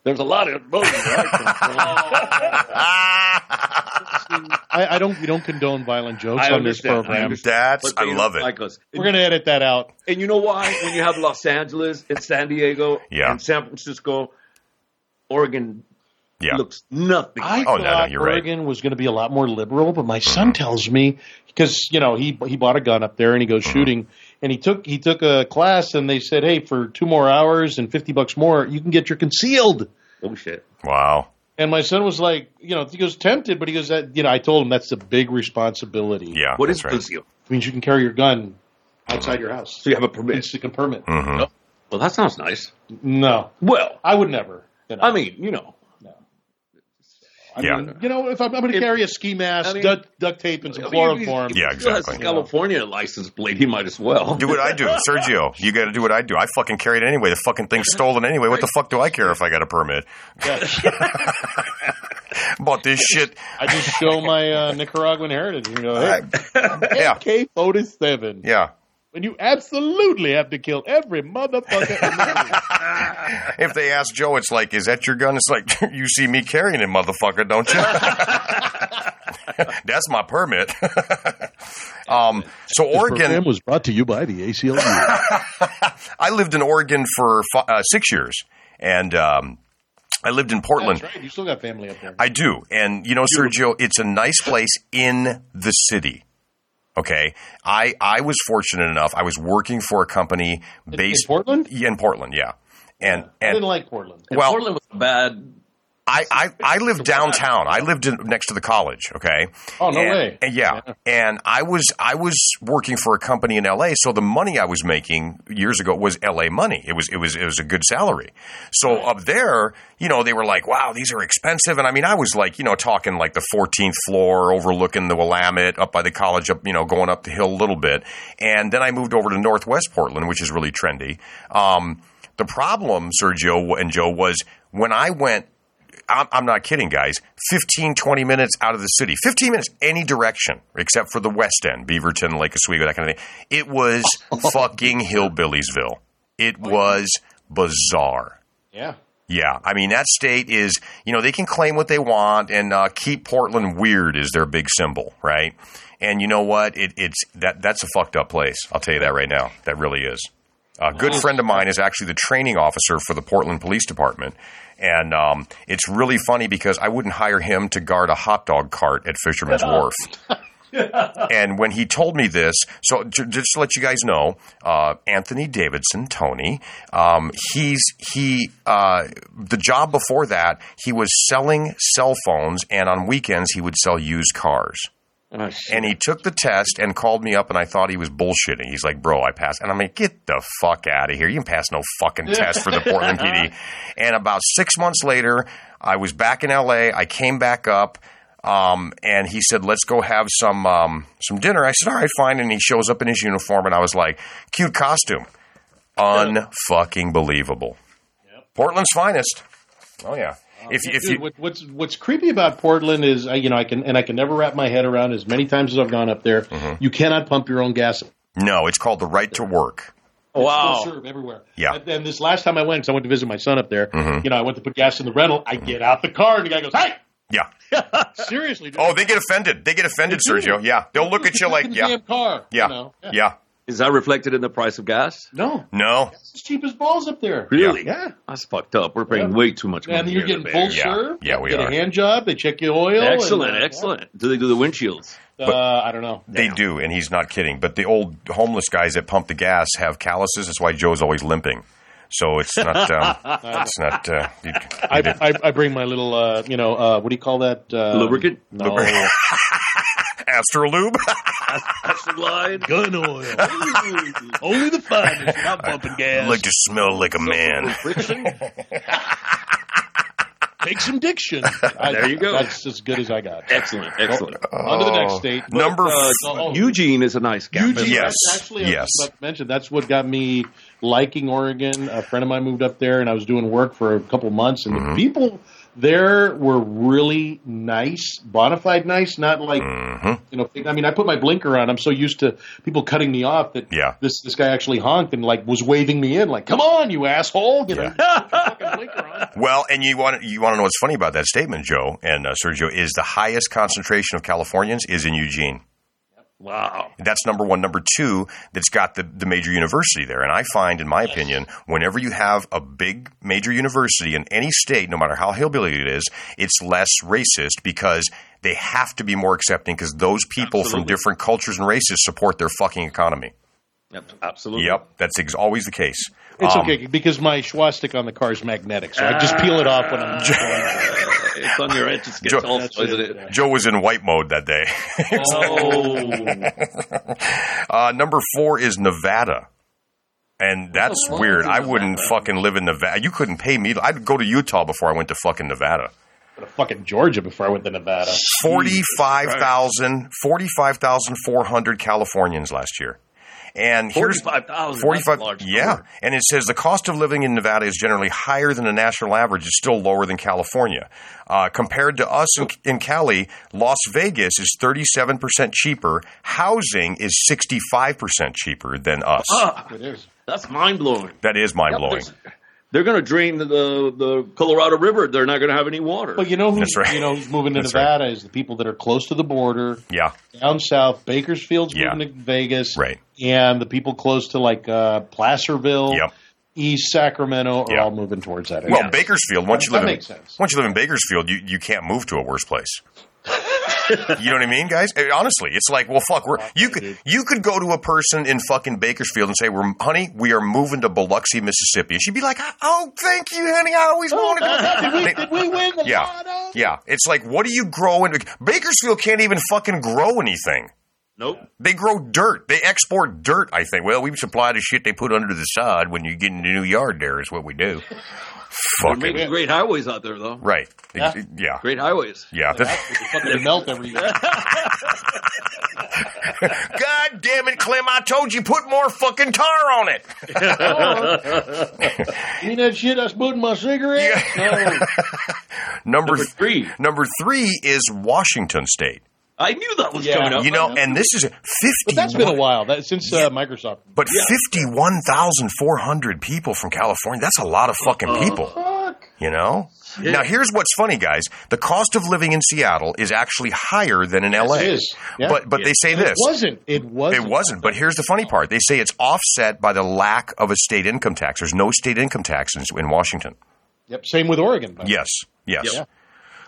D: there's a lot of those where I come from."
E: I, I don't. We don't condone violent jokes
D: I
E: on this
D: understand. I
E: program.
D: understand.
B: That's.
D: But
B: I
D: they
B: love
D: don't
B: it.
D: Like us.
E: We're gonna edit that out.
D: And you know why? When you have Los Angeles and San Diego
B: Yeah.
D: and San Francisco, Oregon
B: Yeah.
D: looks nothing.
E: I
B: Oh, no,
E: thought
B: no, you're right. Mm-hmm.
E: Oregon was going to be a lot more liberal, but my son tells me because you know he he bought a gun up there and he goes
B: Mm-hmm.
E: shooting, and he took he took a class and they said, hey, for two more hours and fifty bucks more, you can get your concealed.
D: oh shit!
B: Wow.
E: And my son was like, you know, he goes tempted, but he goes that you know I told him that's a big responsibility.
B: Yeah.
D: What
B: Ah, that's
D: is
B: right.
D: concealed?
E: it means you can carry your gun outside your house.
D: So you have a permit?
E: It's like a permit.
B: Mhm.
D: Oh, Well, that sounds nice.
E: No,
D: Well,
E: I would never. You know.
D: I mean, you know,
E: I
B: Yeah.
E: mean, you know, if I'm, I'm going to
D: If-
E: carry a ski mask,
D: I mean-
E: duct, duct tape, and some chloroform.
B: Yeah,
D: He still has his
B: exactly.
D: California license plate. He might as well.
B: Do what I do, Sergio. You got to do what I do. I fucking carry it anyway. The fucking thing's stolen anyway. What the fuck do I care if I got a permit? About this shit.
E: I just show my uh, Nicaraguan heritage. You know, hey,
B: Yeah.
E: AK forty seven.
B: Yeah.
E: And you absolutely have to kill every motherfucker. in the room.
B: If they ask Joe, it's like, is that your gun? It's like, you see me carrying it, motherfucker, don't you? That's my permit. um, so
H: This program
B: Oregon,
H: was brought to you by the ACLU.
B: I lived in Oregon for fi- uh, six years, and um, I lived in Portland.
E: That's right. You still got family up there.
B: I do. And you know, Sergio, it's a nice place in the city. Okay. I I was fortunate enough. I was working for a company
E: In- in
B: based
E: Portland.
B: Yeah, in Portland, yeah. And
E: I
B: and
E: didn't like Portland.
B: well,
D: Portland was bad.
B: I, I, I lived downtown. I lived in, next to the college. Okay.
E: Oh, no
B: and,
E: way.
B: and yeah. And I was I was working for a company in L.A. So the money I was making years ago was L.A. money. It was it was it was a good salary. So up there, you know, they were like, wow, these are expensive. And I mean, I was like, you know, talking like the 14th floor, overlooking the Willamette, up by the college, up you know, going up the hill a little bit. And then I moved over to Northwest Portland, which is really trendy. Um, the problem, Sergio and Joe, was when I went I'm, I'm not kidding, guys. 15, 20 minutes out of the city, 15 minutes any direction except for the West End, Beaverton, Lake Oswego, that kind of thing. It was fucking Hillbilliesville. It was bizarre.
E: Yeah.
B: Yeah, I mean that state is you know they can claim what they want and uh, keep Portland weird is their big symbol, right? And you know what? It, it's that that's a fucked up place. I'll tell you that right now. That really is. A good friend of mine is actually the training officer for the Portland Police Department, and um, it's really funny because I wouldn't hire him to guard a hot dog cart at Fisherman's Wharf. And when he told me this, so j- just to let you guys know, uh, Anthony Davidson, Tony, um, he's he uh, the job before that he was selling cell phones, and on weekends he would sell used cars.
D: Oh, shit.
B: And he took the test and called me up, and I thought he was bullshitting. He's like, "Bro, I passed." And I'm like, "Get the fuck out of here! You can pass no fucking test for the Portland PD." And about six months later, I was back in LA. I came back up, um, and he said, "Let's go have some um, some dinner." I said, "All right, fine." And he shows up in his uniform, and I was like, "Cute costume, unfucking believable." Portland's finest. Oh yeah. If, if
E: Dude,
B: you
E: what, what's what's creepy about Portland is I you know I can and I can never wrap my head around as many times as I've gone up there.
B: Mm-hmm.
E: You cannot pump your own gas.
B: no, it's called the right to work.
D: oh, wow.
E: Serve everywhere.
B: Oh. Yeah. Mm-hmm.
E: And, and this last time I went, because I went to visit my son up there. You know, I went to put gas in the rental. I get out the car and the guy goes, "Hey,
B: Yeah.
E: seriously, dude,
B: Oh, they get offended. They get offended,
E: They do.
B: Sergio. Yeah, they'll look at you like,
E: in the
B: yeah,
E: damn car." you
B: yeah,
E: know?
B: yeah.
D: Is that reflected in the price of gas?
E: No,
B: No,
E: it's as cheap as balls up there.
D: Really?
E: Yeah.
D: That's fucked up. We're paying
E: Yeah.
D: way too much money.
E: And you're
D: here
E: getting
D: in the Bay
E: full
B: Yeah.
D: Area.
E: serve.
B: Yeah, we
E: get
B: are.
E: a hand job. They check your oil. and,
D: Excellent,
E: uh,
D: excellent. Do they do the windshields?
E: Uh, I don't know.
B: they do, and he's not kidding. But the old homeless guys that pump the gas have calluses. That's why Joe's always limping. So it's not. Um, it's not. Uh, you-
E: I, I, I bring my little, uh, you know, uh, what do you call that? Uh,
D: Lubricant?
E: No.
B: Astrolube.
D: Slide.
I: Gun oil. Only the finest. You're not bumping
B: I
I: gas.
B: like to smell like a man.
D: Friction?
I: Take some diction.
E: I-
D: There you go.
E: That's as good as I got.
D: excellent, excellent.
E: On to the next state.
B: Oh. Number
D: Uh,
E: Oh,
D: Eugene is a nice guy.
E: Eugene,
B: Yes,
E: that's actually, I
B: yes.
E: was about to mention that's what got me liking Oregon. A friend of mine moved up there, and I was doing work for a couple months, and
B: Mm-hmm.
E: the people there were really nice, bona fide nice, not like
B: Mm-hmm.
E: you know. I mean, I put my blinker on. I'm so used to people cutting me off that
B: Yeah.
E: this this guy actually honked and like was waving me in, like "Come on, you asshole!" You know, put your fucking blinker on.
B: Well, and you want you want to know what's funny about that statement, Joe and uh, Sergio, is the highest concentration of Californians is in Eugene.
D: Wow.
B: That's number one. Number two, that's got the, the major university there. And I find, in my opinion, whenever you have a big major university in any state, no matter how hillbilly it is, it's less racist because they have to be more accepting because those people from
D: Absolutely.
B: different cultures and races support their fucking economy.
D: Yep, absolutely.
B: Yep, that's ex- always the case.
E: It's
B: Um,
E: okay because my swastika on the car is magnetic, so I just peel it off when I'm.
D: It's on your entrance gets
B: Joe-
D: also, isn't it?
B: Joe was in white mode that day.
D: Oh,
B: Uh, number four is Nevada. And that's weird. I wouldn't fucking live in Nevada. You couldn't pay me. I'd go to Utah before I went to fucking Nevada.
E: to fucking Georgia before I went to Nevada.
B: 45,000 45,400 Californians last year. And here's
D: 45,000.
B: 45
D: That's a large
B: yeah
D: number.
B: and it says the cost of living in nevada is generally higher than the national average it's still lower than california uh, compared to us in, in cali las vegas is 37% cheaper housing is 65% cheaper than us
D: Ah,
E: It is.
D: that's mind blowing.
B: that is mind-blowing
D: They're going to drain the, the, the Colorado River. They're not going to have any water.
E: But you know who's
B: That's right.
E: you know who's moving to
B: That's right.
E: Nevada is the people that are close to the border,
B: yeah
E: down south. Bakersfield's
B: Yeah.
E: moving to Vegas,
B: Right.
E: And the people close to like uh, Placerville,
B: Yep.
E: East Sacramento are
B: Yeah.
E: all moving towards that.
B: well
E: area.
B: bakersfield once you
E: That
B: live in
E: makes sense.
B: once you live in bakersfield you, you can't move to a worse place you know what I mean, guys? Eh, Honestly, it's like, well, fuck. We're, you could you could go to a person in fucking Bakersfield and say, "We're honey, we are moving to Biloxi, Mississippi," and she'd be like, "Oh, thank you, honey. I always wanted." to go." They-
E: did we win the
B: yeah,
E: lotto?
B: yeah. It's like, what do you grow in Bakersfield? Can't even fucking grow anything.
D: Nope.
B: They grow dirt. They export dirt, I think. Well, we supply the shit they put under the sod when you get in the new yard there is what we do.
D: They're
B: Fucking
D: making great highways out there, though.
B: right.
E: Yeah.
B: Yeah.
D: Great highways.
B: Yeah.
E: Fucking melt every year.
B: God damn it, Clem, I told you put more fucking tar on it.
E: You know that shit I put in my cigarette? No.
B: Number
D: Number
B: th-
D: three.
B: number 3 is Washington state.
D: I knew that was
E: Yeah.
D: coming up.
B: You know, and this is 50
E: But that's been a while that, since uh, Microsoft.
B: But 51,400 people from California, that's a lot of fucking
E: Uh-huh.
B: people. You know? Now, here's what's funny, guys. The cost of living in Seattle is actually higher than in LA.
E: it is. Yeah.
B: But, but they say this.
E: It wasn't. It wasn't.
B: It wasn't. But here's the funny part. They say it's offset by the lack of a state income tax. There's no state income tax in, in Washington.
E: Yep. Same with Oregon. by the way.
B: Yes. Yes.
E: Yeah.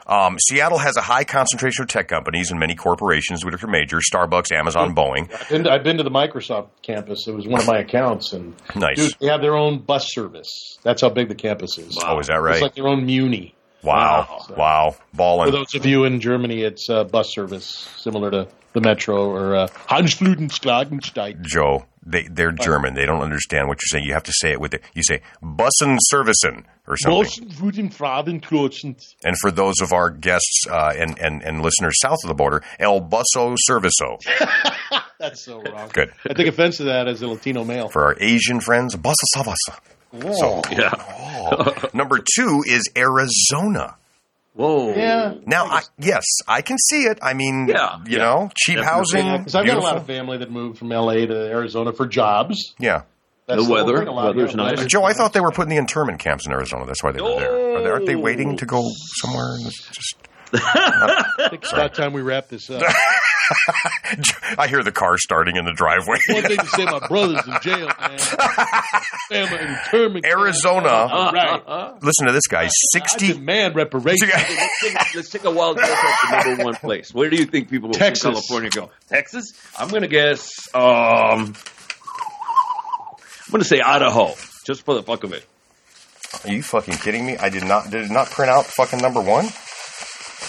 B: Um, Seattle has a high concentration of tech companies and many corporations, which are major Starbucks, Amazon, Boeing.
E: I've been, to, I've been to the Microsoft campus. It was one of my accounts, and
B: Nice.
E: dude, they have their own bus service. That's how big the campus is.
B: Oh, is that right?
E: It's like their own Muni.
B: wow. Wow.
E: For
B: Ballin'.
E: those of you in Germany, it's uh, bus service similar to the metro or uh, Hansflutenschlagensteig.
B: Joe, they they're German. They don't understand what you're saying. You have to say it with the, you say bussen servicen or something.
E: Busenfrutenfragenklotzend.
B: And for those of our guests uh, and, and and listeners south of the border, el busso serviso.
E: That's so wrong.
B: Good
E: I take offense to that as a Latino male.
B: for our Asian friends, bussa savasa.
E: Whoa.
D: Yeah.
B: Number two is Arizona.
D: Whoa.
E: Yeah.
B: Now, I, yes, I can see it. I mean,
D: Yeah,
B: you
D: yeah.
B: know, cheap
D: Definitely.
B: housing.
E: Yeah, because I've got a lot
B: beautiful.
E: of family that moved from LA to Arizona for jobs.
B: yeah.
E: That's
D: The weather.
E: whole thing, a lot of-
D: Weather's
E: yeah,
D: nice.
E: weather's
B: Joe, I
E: nice.
B: thought they were putting the internment camps in Arizona. That's why they were there. Are they, aren't they waiting to go somewhere? and Just
E: I think it's about time we wrap this up.
B: I hear the car starting in the driveway.
E: One thing to say, my brother's in jail, man. Damn, an internment camp.
B: Arizona.
E: Right.
B: Listen to this guy.
E: Uh, I
B: Sixty.
E: demand reparations.
D: Let's take, let's take a wild guess at the number one place. Where do you think people
E: Texas.
D: from California go? Texas? I'm going to guess. Um, I'm going to say Idaho, just for the fuck of it.
B: Are you fucking kidding me? I did not. Did it not print out fucking number one?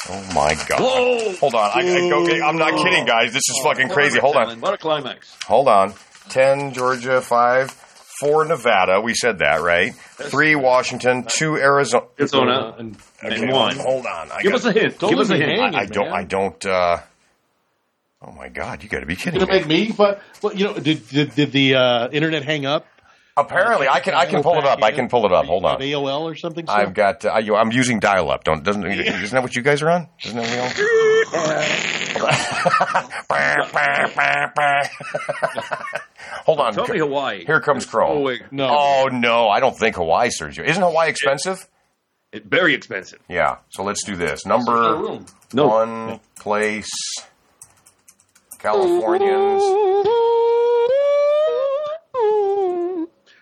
B: Oh my god.
D: Whoa!
B: Hold on. I, I, okay, I'm not kidding, guys. This is fucking crazy. Hold on.
D: What a climax.
B: Hold on. 10, Georgia, 5, 4, Nevada. We said that, right? 3, Washington, 2, Arizona.
D: Arizona.
E: And-
D: And
B: Okay,
D: one.
B: Hold on. I,
D: Give
B: got-
D: us a hint.
E: Don't
D: Give us a
E: leave me
D: hint.
E: hanging.
B: I don't,
E: man.
B: I don't, uh, oh my god, you gotta be kidding
E: Gonna
B: me.
E: make me, but well, you know, did did, did the uh, internet hang up?
B: Apparently, I can, I can pull it up. I can pull it up. Hold
E: Have
B: on.
E: AOL or something. sir?
B: I've got, uh, I, you- I'm using dial up. Don't, doesn't, isn't that what you guys are on? Isn't that what you Hold on.
D: Tell me Hawaii.
B: Here comes Crow.
D: Oh, wait.
E: no.
B: Oh no, I don't think Hawaii, Sergio. Isn't Hawaii expensive?
D: It- very expensive.
B: Yeah. So let's do this.
E: No
B: Number
E: room.
D: No.
B: one place, Californians.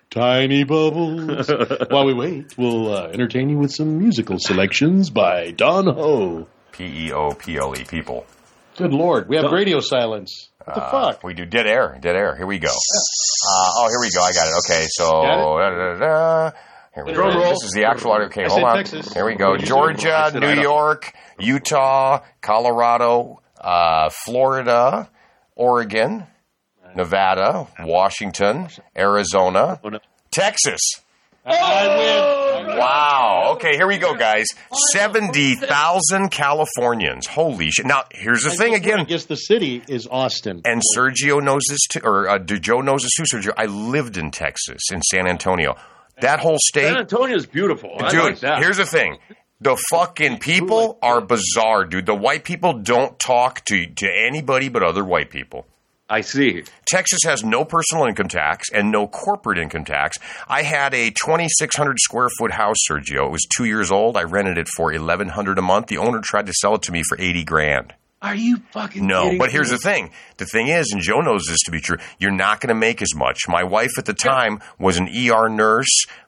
E: Tiny bubbles. While we wait, we'll uh, entertain you with some musical selections by Don Ho.
B: P E O P L E people.
E: Good lord, we have radio silence. What the
B: Uh,
E: fuck?
B: we do dead air. Dead air. Here we go. Uh, oh, here we go. I got it. Okay. So.
E: Got it?
B: Da, da, da, da. Here we
D: Drum
B: go.
D: roll.
B: This is the actual. Okay,
E: I
B: hold
E: said
B: on.
E: Texas.
B: Here we go.
E: What did you say?
B: Georgia,
D: I said
B: New
D: Idaho.
B: York, Utah, Colorado, uh, Florida, Oregon, Nevada, Washington, Arizona,
D: Oh, no.
B: Texas.
E: I win.
B: Wow. Okay, here we go, guys. 70,000 Californians. Holy shit. Now, here's the thing
E: I
B: again.
E: guess the city is Austin.
B: And Sergio knows this too, or uh, do Joe knows this too, Sergio. I lived in Texas, in San Antonio. That whole
D: San
B: state.
D: Antonio's beautiful. I
B: Dude,
D: like that.
B: here's the thing. The fucking people are bizarre, dude. The white people don't talk to, to anybody but other white people.
D: I see.
B: Texas has no personal income tax and no corporate income tax. I had a 2,600 square foot house, Sergio. It was two years old. I rented it for 1,100 a month. The owner tried to sell it to me for 80 grand.
D: Are you fucking
B: No,
D: kidding
B: but here's
D: me?
B: the thing. The thing is, and Joe knows this to be true, you're not going to make as much. My wife at the time was an ER nurse,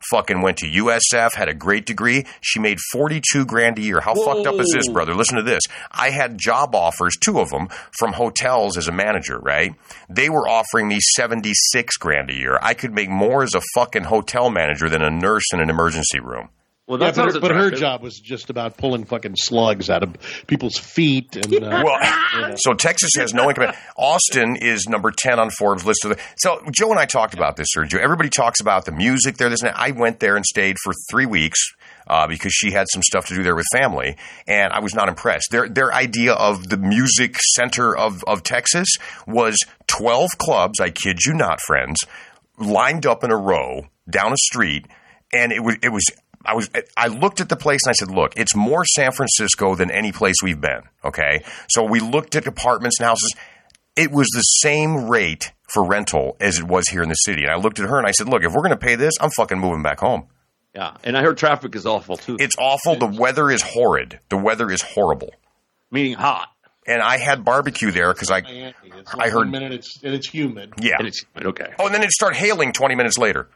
B: fucking went to USF, had a great degree. She made 42 grand a year. How fucked up is this, brother? Listen to this. I had job offers, two of them, from hotels as a manager, right? They were offering me 76 grand a year. I could make more as a fucking hotel manager than a nurse in an emergency room.
D: Well,
E: Yeah,
D: that
E: but,
D: sounds
E: her, but her
D: attractive.
E: job was just about pulling fucking slugs out of people's feet and uh,
B: Well, so Texas has no income. Austin is number ten on Forbes list. Of the, so Joe and I talked about this, Sergio. Everybody talks about the music there. This and that. I went there and stayed for three weeks uh, because she had some stuff to do there with family, and I was not impressed. Their their idea of the music center of of Texas was twelve clubs. I kid you not, friends, lined up in a row down a street, and it was it was. I was I looked at the place and I said, "Look, it's more San Francisco than any place we've been." Okay, so we looked at apartments and houses. It was the same rate for rental as it was here in the city. And I looked at her and I said, "Look, if we're going to pay this, I'm fucking moving back home.
D: Yeah, and I heard traffic is awful too.
B: It's awful. The weather is horrid. The weather is horrible."
D: meaning hot,
B: And I had barbecue there because I
E: Miami. It's
B: I
E: like
B: heard-
E: one minute it's and it's humid.
B: yeah.
D: and it's okay.
B: Oh, and then it started hailing 20 minutes later.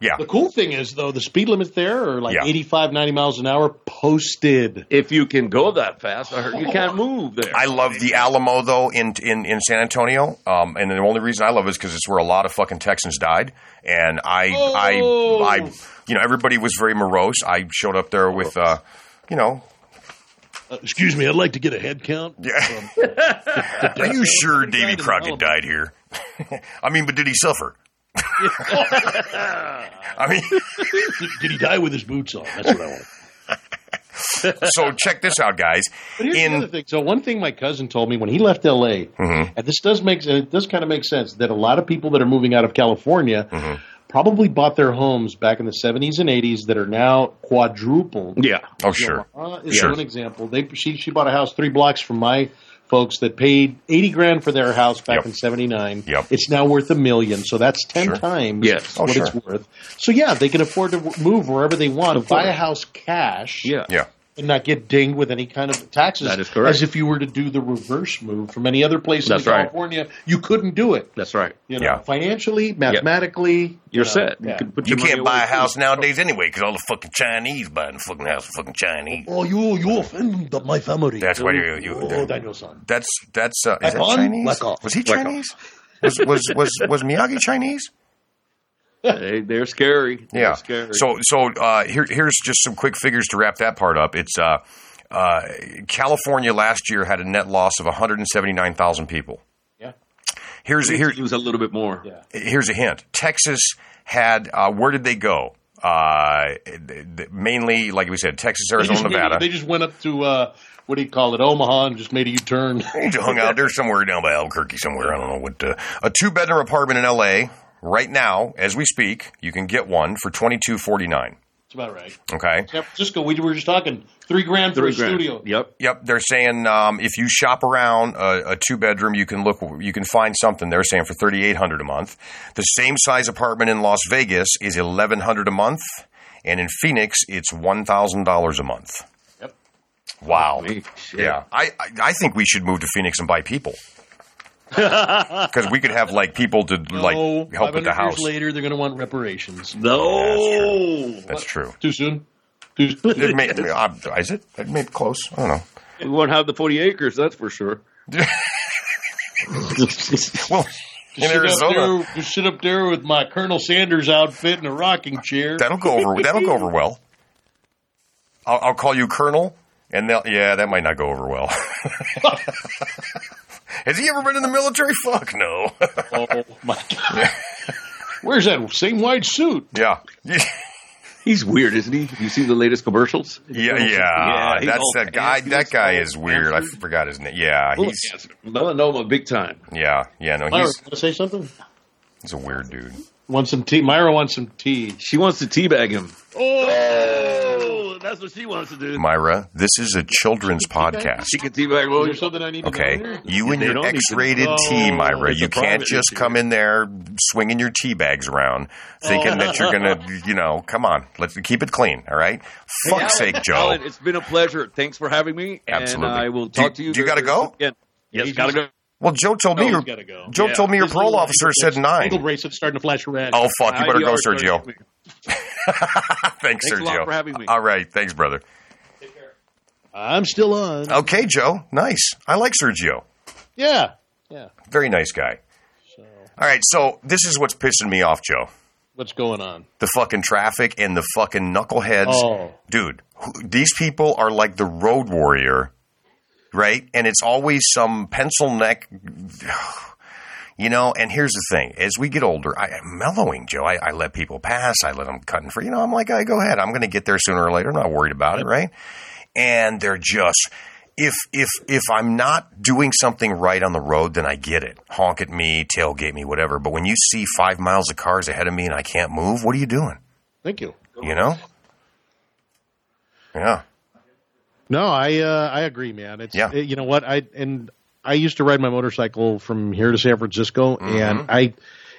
B: Yeah.
E: The cool thing is though, the speed limits there are like
B: Yeah.
E: eighty five, ninety 85, 90 miles an hour posted.
D: If you can go that fast, I heard you can't move there.
B: I love the Alamo though in in, in San Antonio, um, and the only reason I love it is because it's where a lot of fucking Texans died, and I
E: Oh.
B: I I you know everybody was very morose. I showed up there with uh, you know.
E: Uh, excuse me, I'd like to get a head count.
B: Yeah. Are you sure Davy
E: in
B: Crockett
E: Alamo.
B: died here? I mean, but did he suffer? I mean,
E: Did, did he die with his boots on? That's what I want.
B: so check this out, guys.
E: But here's the
B: In Mm-hmm.
E: other thing. So one thing my cousin told me when he left L.A. and this does make and it does kind of make sense that a lot of people that are moving out of California
B: Mm-hmm.
E: probably bought their homes back in the 70s and 80s that are now quadruple.
D: yeah,
B: oh sure,
E: Uh, is
B: Sure.
E: one example. They she she bought a house three blocks from my folks that paid eighty grand for their house back
B: Yep.
E: in seventy nine.
B: Yep.
E: It's now worth a million, so that's ten
B: Sure.
E: times
D: Yes.
B: Oh,
E: what
B: sure.
E: it's worth. So yeah, they can afford to w- move wherever they want, buy a house cash,
D: yeah,
B: yeah.
E: and not get dinged with any kind of taxes.
D: That is correct.
E: As if you were to do the reverse move from any other place
D: That's
E: in
D: right.
E: California, you couldn't do it.
D: That's right. Uh,
E: You know,
B: Yeah.
E: financially, mathematically, you know,
D: You're set.
E: yeah.
D: You can put
B: You
D: your money
B: can't buy
D: away,
B: a house
D: too.
B: nowadays anyway because all the fucking Chinese buying the fucking house, are fucking Chinese.
J: Oh, you you offend the- my family.
B: That's why you. you
J: Oh, Daniel-san.
B: That's that's uh, is that
J: Ivan?
B: Chinese?
J: Black off.
B: Was he
D: Black off.
B: Chinese? Was was was was Miyagi Chinese?
D: They, they're scary. They're
B: Yeah.
D: scary.
B: So so uh, here here's just some quick figures to wrap that part up. It's uh, uh, California last year had a net loss of 179,000 people.
E: Yeah.
B: Here's
D: here
B: here
D: lose a little bit more.
E: Yeah.
B: here's a hint. Texas had uh, where did they go? Uh, th- th- mainly, like we said, Texas,
E: They
B: Arizona,
E: just,
B: Nevada.
E: They just went up to uh, what do you call it, Omaha, and just made a U turn.
B: They hung out there somewhere down by Albuquerque, somewhere. I don't know what. Uh, a two bedroom apartment in L.A. right now, as we speak, you can get one for twenty two forty nine.
E: That's about right.
B: Okay.
E: San Francisco, we were just talking three grand for
D: Three
E: a
D: grand.
E: studio.
D: Yep.
B: Yep, they're saying um, if you shop around uh, a, a two bedroom, you can look, you can find something. They're saying for thirty eight hundred a month. The same size apartment in Las Vegas is eleven hundred a month, and in Phoenix, it's one thousand dollars a month.
E: Yep.
B: Wow.
D: Me, shit.
B: Yeah, I, I I think we should move to Phoenix and buy people because we could have like people to like
E: No,
B: help with the
E: 500 years
B: house.
E: later, they're going to want reparations.
D: No.
B: That's true.
E: Too soon. Too soon.
B: It may, uh, is it? It may be close. I don't know.
D: We won't have the 40 acres, that's for sure.
B: Well, in
E: Sit up
B: Arizona,
E: there- just sit up there with my Colonel Sanders outfit and a rocking chair.
B: that'll go over. That'll go over well. I'll, I'll call you Colonel, and they'll. Yeah, that might not go over well. Has he ever been in the military? Fuck no.
E: oh my god! Where's that same white suit?
B: yeah. Yeah,
D: He's weird, isn't he? Have you seen the latest commercials?
B: yeah,
D: Yeah, he's
B: That's
D: all
B: that guy.
D: fancy,
B: That guy
D: all
B: is weird. I
D: fancy.
B: forgot his name. Yeah,
D: Well,
B: he's
D: yes, melanoma big time.
B: yeah, yeah. No,
E: Myra,
B: he's
E: want to say something?
B: he's a weird dude.
E: Want some tea? Myra wants some tea.
D: She wants to teabag him. Oh, that's what she wants to do.
B: Myra, this is a children's podcast.
D: She can teabag
E: Is
D: well.
E: there something I need to
B: Okay,
E: know here?
B: you and
D: They
B: your
D: don't need to
B: X-rated
D: know.
B: tea, Myra.
D: It's
B: You
D: a
B: can't
D: private
B: just
D: issue.
B: come in there swinging your tea bags around, thinking that you're gonna, you know, come on, let's keep it clean, all right? Fuck's
D: Alan,
B: sake, Joe.
D: Alan, it's been a pleasure. Thanks for having me.
B: Absolutely.
D: And I will
B: Do you-
D: talk to you.
B: do you gotta
D: very
B: go?
D: soon Again. Yes,
E: He's
D: gotta go.
B: Well, Joe told
E: Oh,
B: me
E: he's
B: your
E: gotta go.
B: Joe
D: Yeah.
B: told me your
E: His
B: parole
E: little-
B: officer said
E: Little
B: nine.
E: bracelet starting to flash red.
B: Oh fuck, you better
D: IDR
B: go,
D: is starting
B: Sergio.
D: next week.
B: Thanks,
D: Thanks a lot
B: Sergio.
D: for having me.
B: All right, thanks, brother.
E: I'm still on.
B: Okay, Joe, nice. I like Sergio.
E: Yeah. Yeah.
B: Very nice guy.
E: So
B: All right, so this is what's pissing me off, Joe.
C: what's going on.
B: the fucking traffic and the fucking knuckleheads.
C: Oh.
B: Dude, who- these people are like the road warrior, right? And it's always some pencil neck, you know. And here's the thing: as we get older, I, I'm mellowing, Joe. I, I let people pass. I let them cut in free. You know, I'm like, I go ahead. I'm going to get there sooner or later. I'm not worried about it, right? And they're just. If if if I'm not doing something right on the road, then I get it. Honk at me, tailgate me, whatever. But when you see five miles of cars ahead of me and I can't move, what are you doing?
C: Thank you.
B: you know yeah
C: No, I uh, I agree, man. It's
B: Yeah.
C: it- you know what I and I used to ride my motorcycle from here to San Francisco,
B: Mm-hmm.
C: and I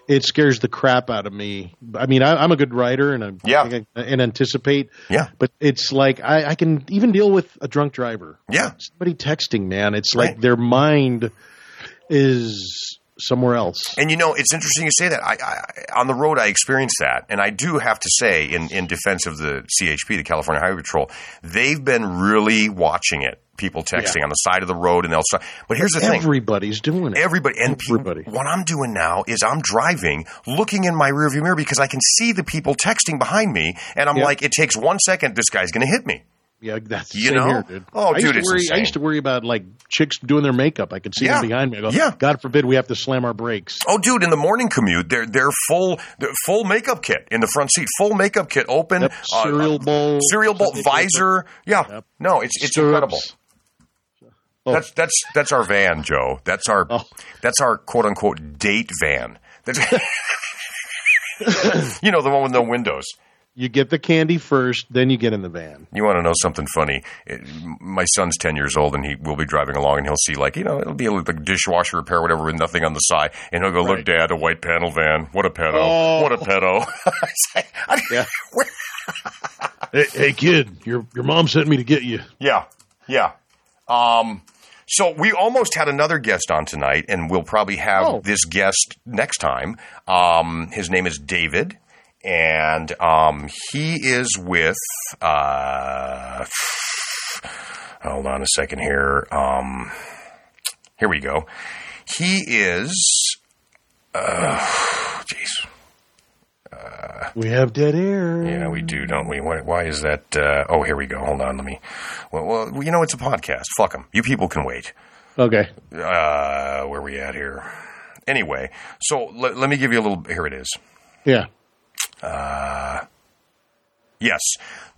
C: it scares the crap out of me. I mean, I, I'm a good rider, and I,
B: Yeah.
C: I can- and anticipate.
B: Yeah.
C: but it's like I, I can even deal with a drunk driver.
B: yeah
C: Somebody texting, man. It's like
B: Right.
C: their mind is somewhere else.
B: and you know it's interesting you say that I, I on the road i experienced that and i do have to say in, in defense of the chp the california highway patrol they've been really watching it people texting on the side of the road and they'll start but here's the thing
C: Everybody's doing it.
B: Everybody and pe-
C: Everybody.
B: what I'm doing now is I'm driving, looking in my rearview mirror because I can see the people texting behind me, and I'm
C: Yeah.
B: like, it takes one second, this guy's going to hit me.
C: yeah, that's the
B: you
C: same
B: know?
C: here, dude.
B: Oh,
C: I used
B: dude,
C: to
B: it's
C: worry, I
B: insane.
C: used to worry about like chicks doing their makeup. I could see
B: Yeah.
C: them behind me. I go,
B: Yeah.
C: God forbid we have to slam our brakes.
B: Oh, dude! In the morning commute, they're they're full they're full makeup kit in the front seat, full makeup kit open,
C: Yep,
B: uh,
C: cereal bowl,
B: cereal bowl
C: something like that.
B: visor. Yeah,
C: Yep.
B: no, it's it's
C: Syrups.
B: incredible.
C: Oh.
B: That's that's that's our van, Joe. That's our
C: Oh.
B: that's our quote unquote date van. That's, you know the one with no windows.
C: You get the candy first, then you get in the van.
B: You want to know something funny? It- my son's ten years old, and he will be driving along, and he'll see like you know it'll be like dishwasher repair, or whatever, with nothing on the side, and he'll go, "Look, Dad, a white panel van. What a pedo!
C: Oh.
B: What a pedo!" It's like, I-
C: Yeah. hey, hey, kid, your your mom sent me to get you.
B: Yeah, yeah. Um, so we almost had another guest on tonight, and we'll probably have
C: Oh.
B: this guest next time. Um, his name is David, and um, he is with. Uh, hold on a second here. Um, here we go. He is. uh, Jeez.
C: We have dead air.
B: Yeah, we do, don't we? Why, why is that? Uh, oh, here we go. Hold on, let me. Well, well, you know, it's a podcast. Fuck them. You people can wait.
C: Okay.
B: Uh, where we at here? Anyway, so let, let me give you a little. Here it is.
C: Yeah.
B: Yes,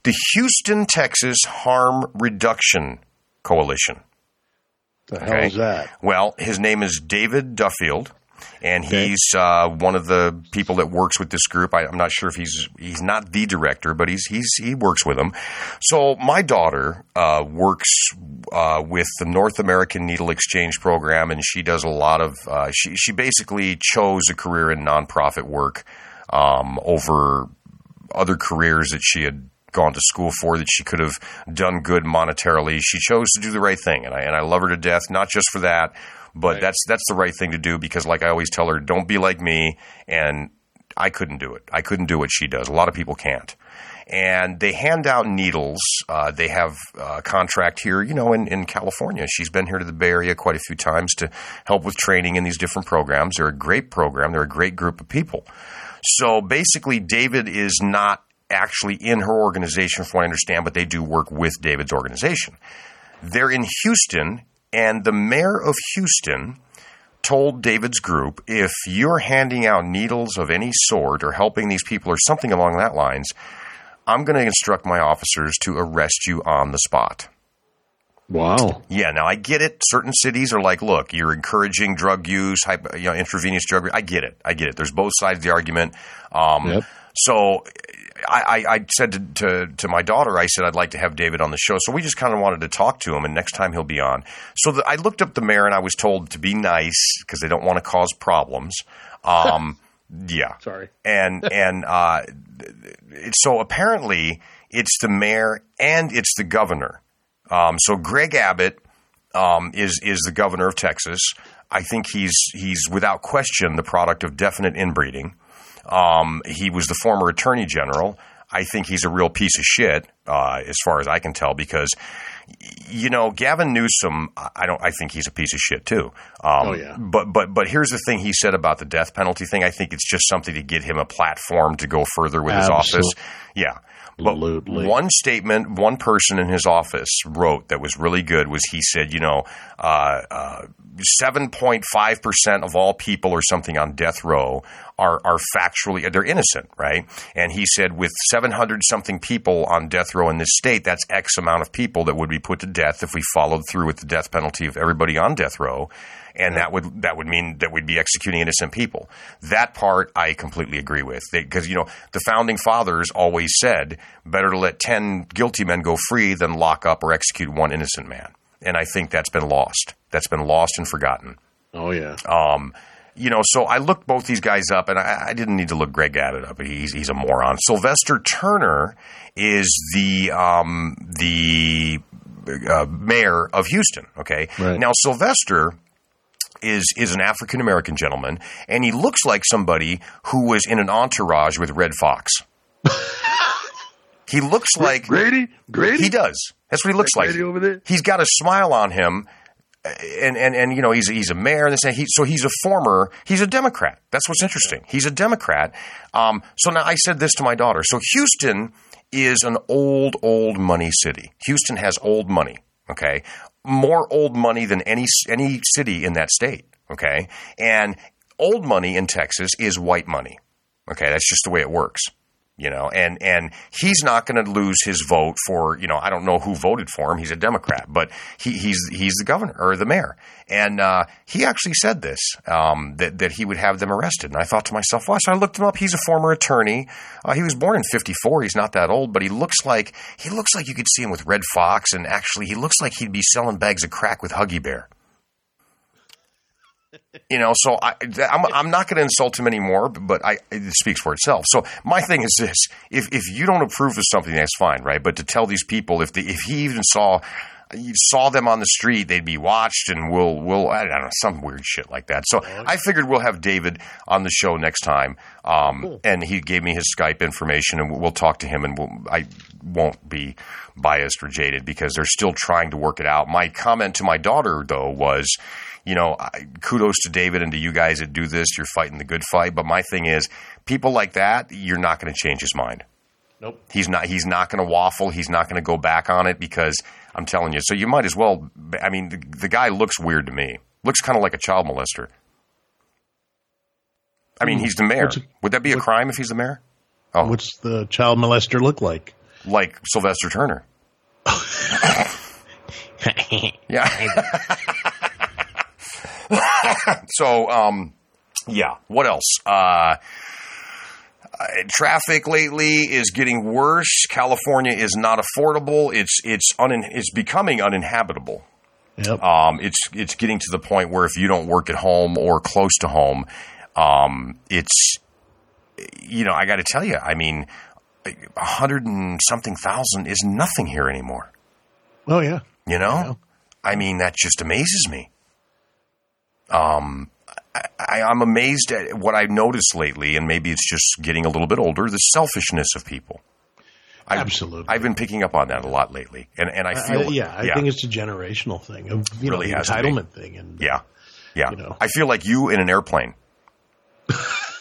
B: the Houston, Texas Harm Reduction Coalition.
C: The hell is that?
B: Well, his name is David Duffield, and he's uh, one of the people that works with this group. I, I'm not sure if he's he's not the director, but he's he's he works with them. So my daughter uh, works uh, with the North American Needle Exchange Program, and she does a lot of uh, she she basically chose a career in nonprofit work um, over other careers that she had gone to school for that she could have done good monetarily. She chose to do the right thing, and I and I love her to death. Not just for that, but that's that's the right thing to do because, like I always tell her, don't be like me. And I couldn't do it. I couldn't do what she does. A lot of people can't. And they hand out needles. Uh, they have a contract here, you know, in, in California. She's been here to the Bay Area quite a few times to help with training in these different programs. They're a great program. They're a great group of people. So basically, David is not actually in her organization, from what I understand, but they do work with David's organization. They're in Houston, and the mayor of Houston told David's group if you're handing out needles of any sort or helping these people or something along that lines, I'm going to instruct my officers to arrest you on the spot.
C: Wow.
B: Yeah, now I get it. Certain cities are like, look, you're encouraging drug use, hypo, you know, intravenous drug. I get it. I get it. There's both sides of the argument. Um,
C: Yep.
B: So I, I, I said to, to, to my daughter, I said, I'd like to have David on the show. So we just kind of wanted to talk to him, and next time he'll be on. So the, I looked up the mayor, and I was told to be nice because they don't want to cause problems. Um, yeah.
C: Sorry.
B: And, and uh, it- so apparently it's the mayor and it's the governor. Um, so Greg Abbott um, is is the governor of Texas. I think he's he's without question the product of definite inbreeding. Um, he was the former attorney general. I think he's a real piece of shit, uh, as far as I can tell, because you know, Gavin Newsom, I don't. I think he's a piece of shit too. Um,
D: Oh, yeah.
B: But but but here's the thing he said about the death penalty thing. I think it's just something to get him a platform to go further with his office. Yeah. But
D: Absolutely.
B: one statement, one person in his office wrote that was really good was he said, you know, uh, seven point five percent of all people or something on death row are are factually they're innocent, right? And he said, with seven hundred something people on death row in this state, that's X amount of people that would be put to death if we followed through with the death penalty of everybody on death row and that would that would mean that we'd be executing innocent people. That part I completely agree with because you know the founding fathers always said better to let ten guilty men go free than lock up or execute one innocent man, and I think that's been lost. That's been lost and forgotten.
D: Oh yeah.
B: Um, you know, so I looked both these guys up, and I, I didn't need to look Greg Abbott up. He's he's a moron. Sylvester Turner is the um, the uh, mayor of Houston. Okay,
D: Right.
B: now Sylvester is is an African American gentleman, and he looks like somebody who was in an entourage with Red Fox. he looks like
D: Grady, Grady,
B: he does. That's what he looks like.
D: Grady over there.
B: He's got a smile on him, and and and you know he's he's a mayor and this and he, so he's a former he's a Democrat. That's what's interesting. He's a Democrat. Um, so now I said this to my daughter. So Houston is an old old money city. Houston has old money. Okay, more old money than any any city in that state. Okay, and old money in Texas is white money. Okay, that's just the way it works. You know, and and he's not going to lose his vote for you know I don't know who voted for him. He's a Democrat, but he, he's he's the governor or the mayor, and uh, he actually said this um, that that he would have them arrested. And I thought to myself, well, so I looked him up. He's a former attorney. Uh, he was born in '54. He's not that old, but he looks like he looks like you could see him with Red Fox, and actually he looks like he'd be selling bags of crack with Huggy Bear. You know, so I, th- I'm, I'm not going to insult him anymore, but I, it speaks for itself. So my thing is this: if if you don't approve of something, that's fine, right? But to tell these people if the, if he even saw you saw them on the street, they'd be watched, and we'll we'll I don't know some weird shit like that. So I figured we'll have David on the show next time, um, and he gave me his Skype information, and we'll talk to him, and we'll, I won't be biased or jaded because they're still trying to work it out. My comment to my daughter though was you know, I- kudos to David and to you guys that do this. You're fighting the good fight. But my thing is, people like that, you're not going to change his mind.
C: Nope.
B: He's not. He's not going to waffle. He's not going to go back on it because I'm telling you. So you might as well. I mean, the, the guy looks weird to me. Looks kind of like a child molester. I mean, he's the mayor.
E: What's-
B: Would that be a crime if he's the mayor? Oh,
E: What's the child molester look like?
B: like Sylvester Turner. yeah. so, um, yeah. What else? Uh, uh, traffic lately is getting worse. California is not affordable. It's it's unin- it's becoming uninhabitable.
E: Yep.
B: Um, it's it's getting to the point where if you don't work at home or close to home, um, it's you know I got to tell you. I mean, a hundred and something thousand is nothing here anymore.
E: oh yeah.
B: You know, I mean that just amazes me. Um, I, I, I'm amazed at what I've noticed lately, and maybe it's just getting a little bit older. The selfishness of people. I-
E: Absolutely.
B: I've been picking up on that a lot lately, and and I
E: I,
B: feel
E: yeah, I think it's a generational thing, a, you
B: Really
E: know, the
B: has to be.
E: entitlement thing, and
B: Yeah, yeah.
E: You know.
B: I feel like you in an airplane.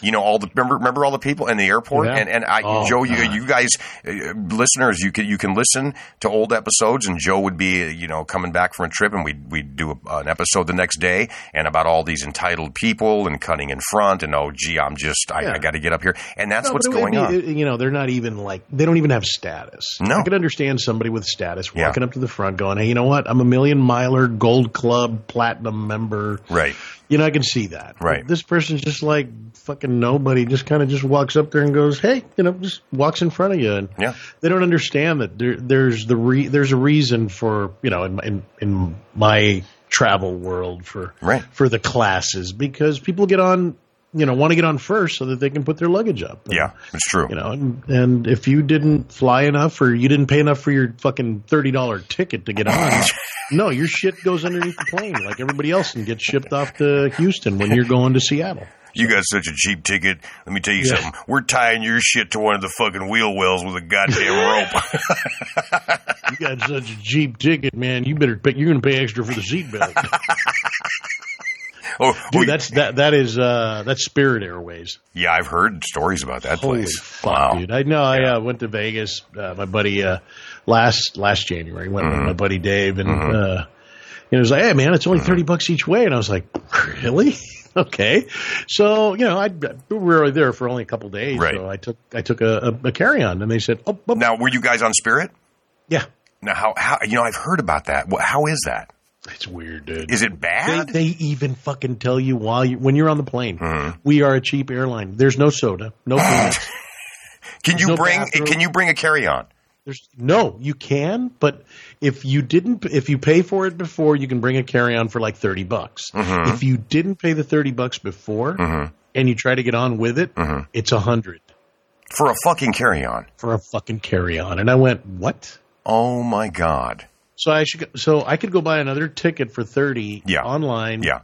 B: you know all the remember, remember all the people in the airport
E: Yeah.
B: and and I,
E: Oh,
B: Joe, you
E: God.
B: you guys uh, listeners, you can you can listen to old episodes and Joe would be uh, you know coming back from a trip and we would we would do a, an episode the next day and about all these entitled people and cutting in front and oh gee I'm just I,
E: Yeah.
B: I got to get up here and that's
E: No,
B: what's
E: but it would
B: going
E: be-
B: on.
E: it- you know, they're not even like they don't even have status.
B: No.
E: I could understand somebody with status
B: Yeah.
E: walking up to the front, going, "Hey, you know what? I'm a million miler, gold club, platinum member.
B: Right.
E: You know, I can see that.
B: Right.
E: But this person's just like fucking nobody. Just kind of just walks up there and goes, "Hey, you know," just walks in front of you, and
B: Yeah.
E: they don't understand that there, there's the re, there's a reason for you know in my- in, in my travel world for
B: Right.
E: for the classes because people get on you know want to get on first so that they can put their luggage up. And,
B: Yeah, it's true.
E: You know, and, and if you didn't fly enough or you didn't pay enough for your fucking thirty dollar ticket to get on, no, your shit goes underneath the plane like everybody else and gets shipped off to Houston when you're going to Seattle.
B: You got such a cheap ticket. Let me tell you
E: Yeah.
B: something. We're tying your shit to one of the fucking wheel wells with a goddamn rope.
E: You got such a cheap ticket, man. You better pay, you're going to pay extra for the seatbelt.
B: Oh,
E: Dude,
B: we-
E: that's that that is uh that's Spirit Airways.
B: yeah, I've heard stories about that
E: Holy
B: place.
E: fuck,
B: wow.
E: dude! I know. I uh, went to Vegas. Uh, my buddy uh, last last January went
B: Mm-hmm.
E: with my buddy Dave, and uh, you know, he was like, "Hey, man, it's only
B: Mm-hmm.
E: thirty bucks each way," and I was like, "Really?" okay. So you know, I we were only there for only a couple days,
B: Right.
E: so I took I took a, a, a carry on, and they said, "Oh, oh,
B: Now, were you guys on Spirit?
E: yeah,
B: Now, how, how you know I've heard about that. Wha- How is that?
E: it's weird, dude."
B: Is it
E: they,
B: bad?
E: they even fucking tell you while you when you're on the plane,
B: Mm-hmm.
E: we are a cheap airline. There's no soda, no peanuts.
B: can you
E: no
B: bring
E: bathroom.
B: can you bring a carry on?
E: There's no, you can, but if you didn't, if you pay for it before, you can bring a carry on for like thirty bucks.
B: Mm-hmm.
E: If you didn't pay the thirty bucks before and you try to get on with it,
B: Mm-hmm.
E: it's a hundred
B: for a fucking carry on.
E: for a fucking carry on. And I went, what?
B: Oh my god.
E: So I should, go- so I could go buy another ticket for thirty
B: Yeah.
E: online.
B: Yeah.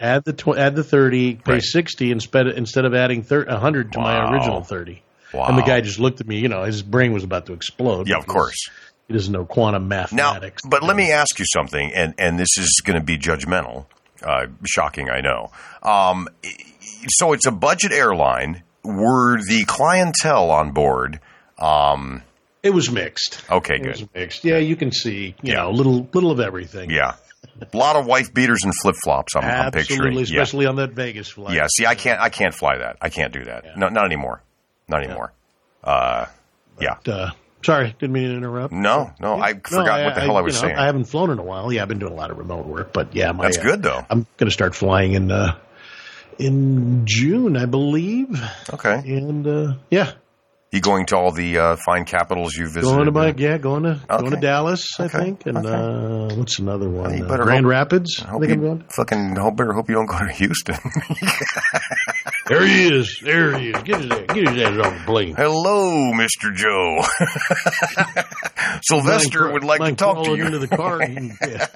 E: add the tw- add the thirty, pay
B: Right.
E: sixty instead instead of adding thir- hundred to
B: Wow.
E: my original thirty.
B: Wow.
E: And the guy just looked at me. You know, his brain was about to explode.
B: Yeah, of
E: because
B: course.
E: He doesn't know quantum
B: Now,
E: mathematics.
B: but let me ask you something, and, and this is going to be judgmental. Uh, shocking, I know. Um, so it's a budget airline. Were the clientele on board? Um,
E: It was mixed.
B: okay,
E: It was
B: good.
E: mixed. Yeah, you can see, you
B: Yeah.
E: know, little little of everything.
B: Yeah. A lot of wife beaters and flip flops. I'm, I'm picturing.
E: Absolutely,
B: Yeah.
E: especially on that Vegas flight.
B: yeah. See, I can't. I can't fly that. I can't do that. No, not anymore. Not anymore. Uh, yeah.
E: Uh, sorry, didn't mean to interrupt.
B: No, no. I forgot
E: No,
B: Mm, what the hell I was
E: you know,
B: saying.
E: I haven't flown in a while. Yeah, I've been doing a lot of remote work, but yeah, my,
B: That's
E: uh,
B: good though.
E: I'm going to start flying in uh, in June, I believe.
B: Okay.
E: And uh, yeah,
B: You going to all the uh, fine capitals you visited?
E: going to my yeah, going to going
B: Okay.
E: to Dallas,
B: Okay.
E: I think, and uh, what's another one?
B: you
E: Uh,
B: better
E: Grand
B: hope-
E: Rapids. I
B: Hope
E: think
B: you,
E: I'm going.
B: Fucking hope, better hope you don't go to Houston.
E: There he is. There he is. Get his ass, get his ass on the plane.
B: Hello, Mr. Joe. Sylvester
E: Mine
B: would like
E: crawl-
B: to talk to
E: mine crawling
B: you.
E: into the car. and- yeah.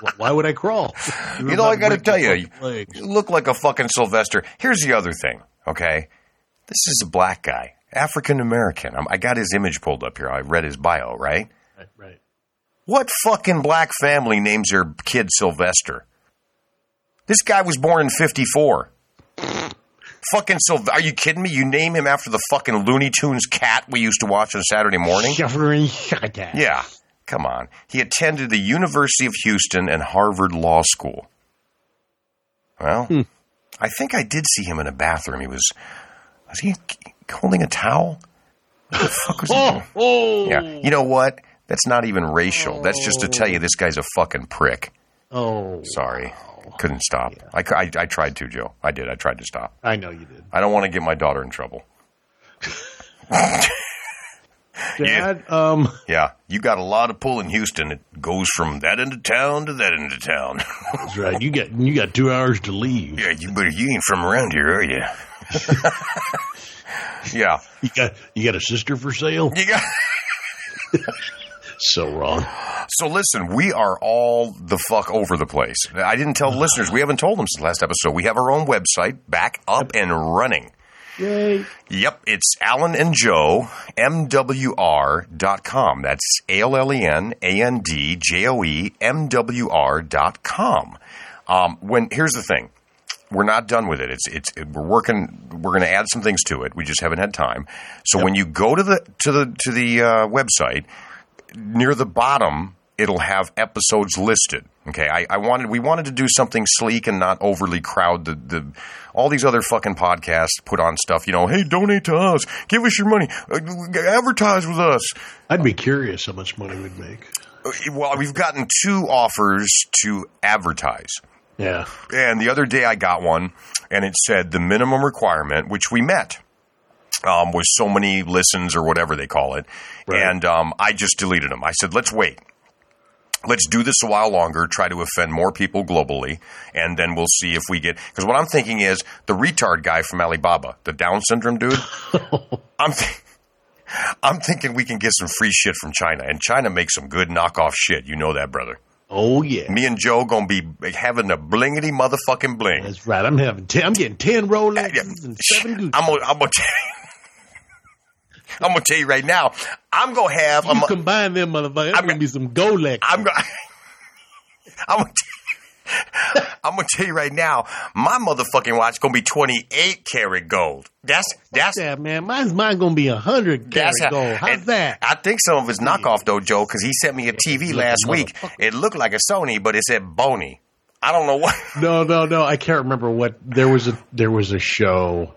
E: Wh- Why would I crawl?
B: You know, I got to tell you, you look like a fucking Sylvester. Here's the other thing, okay? This is a black guy, African American. I'm- I got his image pulled up here. I read his bio, right?
E: Right, right.
B: What fucking black family names their kid Sylvester? This guy was born in 54. fucking Sylvester. Are you kidding me? You name him after the fucking Looney Tunes cat we used to watch on Saturday morning?
E: Suffering shot at.
B: Yeah. Come on. He attended the University of Houston and Harvard Law School. Well, I think I did see him in a bathroom. He was was he holding a towel? What the fuck was he doing?
K: Oh,
B: Yeah. You know what? That's not even racial. That's just to tell you this guy's a fucking prick.
E: Oh,
B: Sorry. Couldn't stop. I, cou- I, I tried to, Joe. I did. I tried to stop.
E: I know you did.
B: I don't want to get my daughter in trouble.
E: Dad, um,
B: Yeah. You got a lot of pull in Houston. It goes from that end of town to that end of town.
E: that's right. You got you got two hours to leave.
B: yeah, you but you ain't from around here, are you? yeah.
E: You got you got a sister for sale.
B: You got
E: So wrong.
B: So listen, we are all the fuck over the place. I didn't tell the listeners. We haven't told them since last episode. We have our own website back up and running.
E: Yay!
B: Yep, it's Alan and Joe, MWR.com. That's A L L E N A N D J O E M W R.com. Um, when here's the thing. We're not done with it. It's it's it, we're working. We're going to add some things to it. We just haven't had time. So when you go to the to the to the uh, website, near the bottom it'll have episodes listed okay I, I wanted we wanted to do something sleek and not overly crowd the, the all these other fucking podcasts put on stuff you know hey donate to us give us your money uh, advertise with us
E: I'd be curious how much money we'd make.
B: Uh, well we've gotten two offers to advertise
E: Yeah.
B: and the other day I got one, and it said the minimum requirement, which we met, um, was so many listens or whatever they call it.
E: Right.
B: And um, I just deleted them. I said, let's wait. Let's do this a while longer, try to offend more people globally, and then we'll see if we get. Because what I'm thinking is the retard guy from Alibaba, the Down syndrome dude. I'm. Th- I'm thinking we can get some free shit from China, and China makes some good knockoff shit. You know that, brother.
E: Oh yeah,
B: Me and Joe gonna be having a blingity motherfucking bling.
E: that's right. I'm having ten. I'm getting ten Rolexes and seven
B: I'm
E: Gucci.
B: gonna, I'm gonna, tell you, I'm gonna tell you right now. I'm gonna have. I'm,
E: you combine them, motherfucker. That's
B: I'm-
E: gonna be some Golex.
B: I'm gonna. I'm gonna. tell you- I'm gonna tell you right now, my motherfucking watch gonna be 28 karat gold. That's that's
E: yeah, man. Mine's mine gonna be a hundred carat
B: That's how,
E: gold. How's
B: and
E: that?
B: I think some of it's knockoff though, Joe, because he sent me a TV last week. It looked like a Sony, but it said Boney. I don't know what.
E: No, no, no. I can't remember what there was a there was a show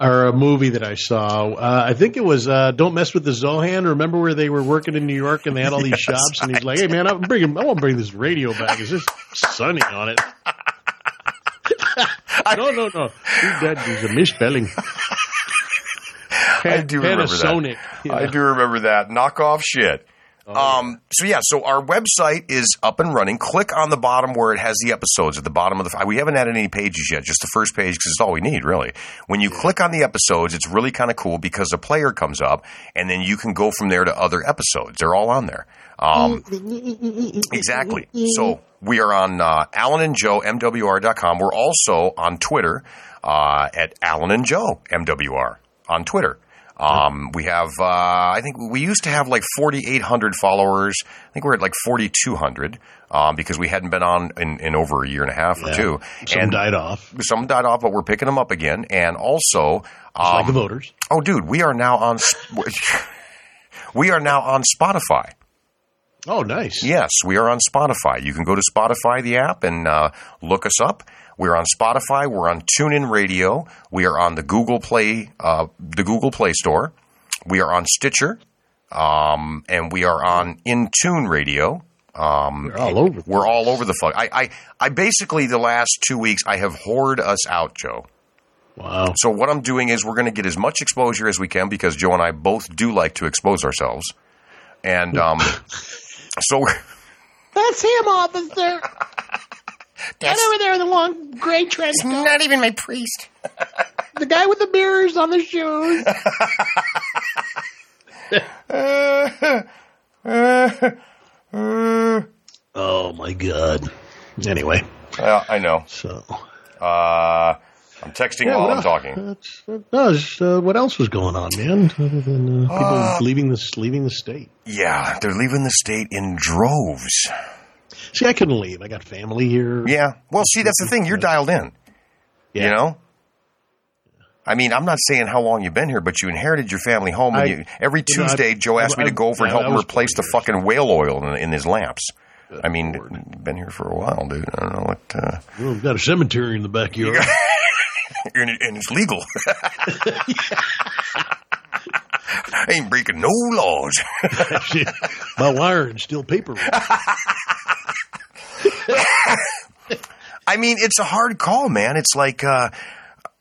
E: or a movie that I saw. Uh, I think it was uh, "Don't Mess with the Zohan." Remember where they were working in New York and they had all these shops, and he's like, "Hey, man, I'm bringing. I want to bring this radio back. It's just sunny on it." no, no, no. Who's That is a misspelling.
B: I do remember that.
E: Panasonic.
B: I do remember that knockoff shit. um, so yeah, so our website is up and running. Click on the bottom where it has the episodes at the bottom of the. We haven't added any pages yet, just the first page because it's all we need really. When you click on the episodes, it's really kind of cool because a player comes up and then you can go from there to other episodes. They're all on there. Um, Exactly.
E: Mm-hmm.
B: So we are on uh, Alan and Joe MWR.com. We're also on Twitter uh, at Alan and Joe MWR on Twitter. Um, we have, uh, I think we used to have like 4,800 followers. I think we're at like 4,200 um, because we hadn't been on in, in over a year and a half or
E: Yeah.
B: two.
E: Some
B: and
E: died off,
B: some died off, but we're picking them up again. And also,
E: like
B: um,
E: the voters.
B: oh, dude, we are now on. Sp- We are now on Spotify.
E: Oh, nice.
B: Yes, we are on Spotify. You can go to Spotify, the app, and uh, look us up. We're on Spotify. We're on TuneIn Radio. We are on the Google Play, uh, the Google Play Store. We are on Stitcher, um, and we are on InTune Radio. Um,
E: They're all over.
B: we're all over the fuck. I, I, I basically the last two weeks I have hoard us out, Joe.
E: Wow.
B: So what I'm doing is we're going to get as much exposure as we can because Joe and I both do like to expose ourselves, and um, so we're.
E: That's him, officer. Get over there in the long gray trench coat.
B: Not even my priest.
E: The guy with the mirrors on the shoes. oh my god. Anyway,
B: Yeah, I know.
E: so
B: Uh, I'm texting while I'm talking.
E: That's, no, it's, uh, what else was going on, man? Other than uh, people leaving the leaving the state.
B: Yeah, they're leaving the state in droves.
E: See, I couldn't leave. I got family here.
B: Yeah. Well, see, that's the thing. You're dialed in. You
E: Yeah.
B: know. I mean, I'm not saying how long you've been here, but you inherited your family home.
E: I-
B: and you, every
E: you know, I-
B: Tuesday, Joe asked me
E: I-
B: to go over and
E: yeah,
B: help him
E: that was
B: replace the
E: 20 years.
B: fucking whale oil in, in his lamps. I mean, been here for a while, dude. I don't know what. Uh,
E: Well, we've got a cemetery in the backyard.
B: and, it- and it's legal. I ain't breaking no laws.
E: Shit. My wire and steel paper.
B: I mean, it's a hard call, man. It's like uh,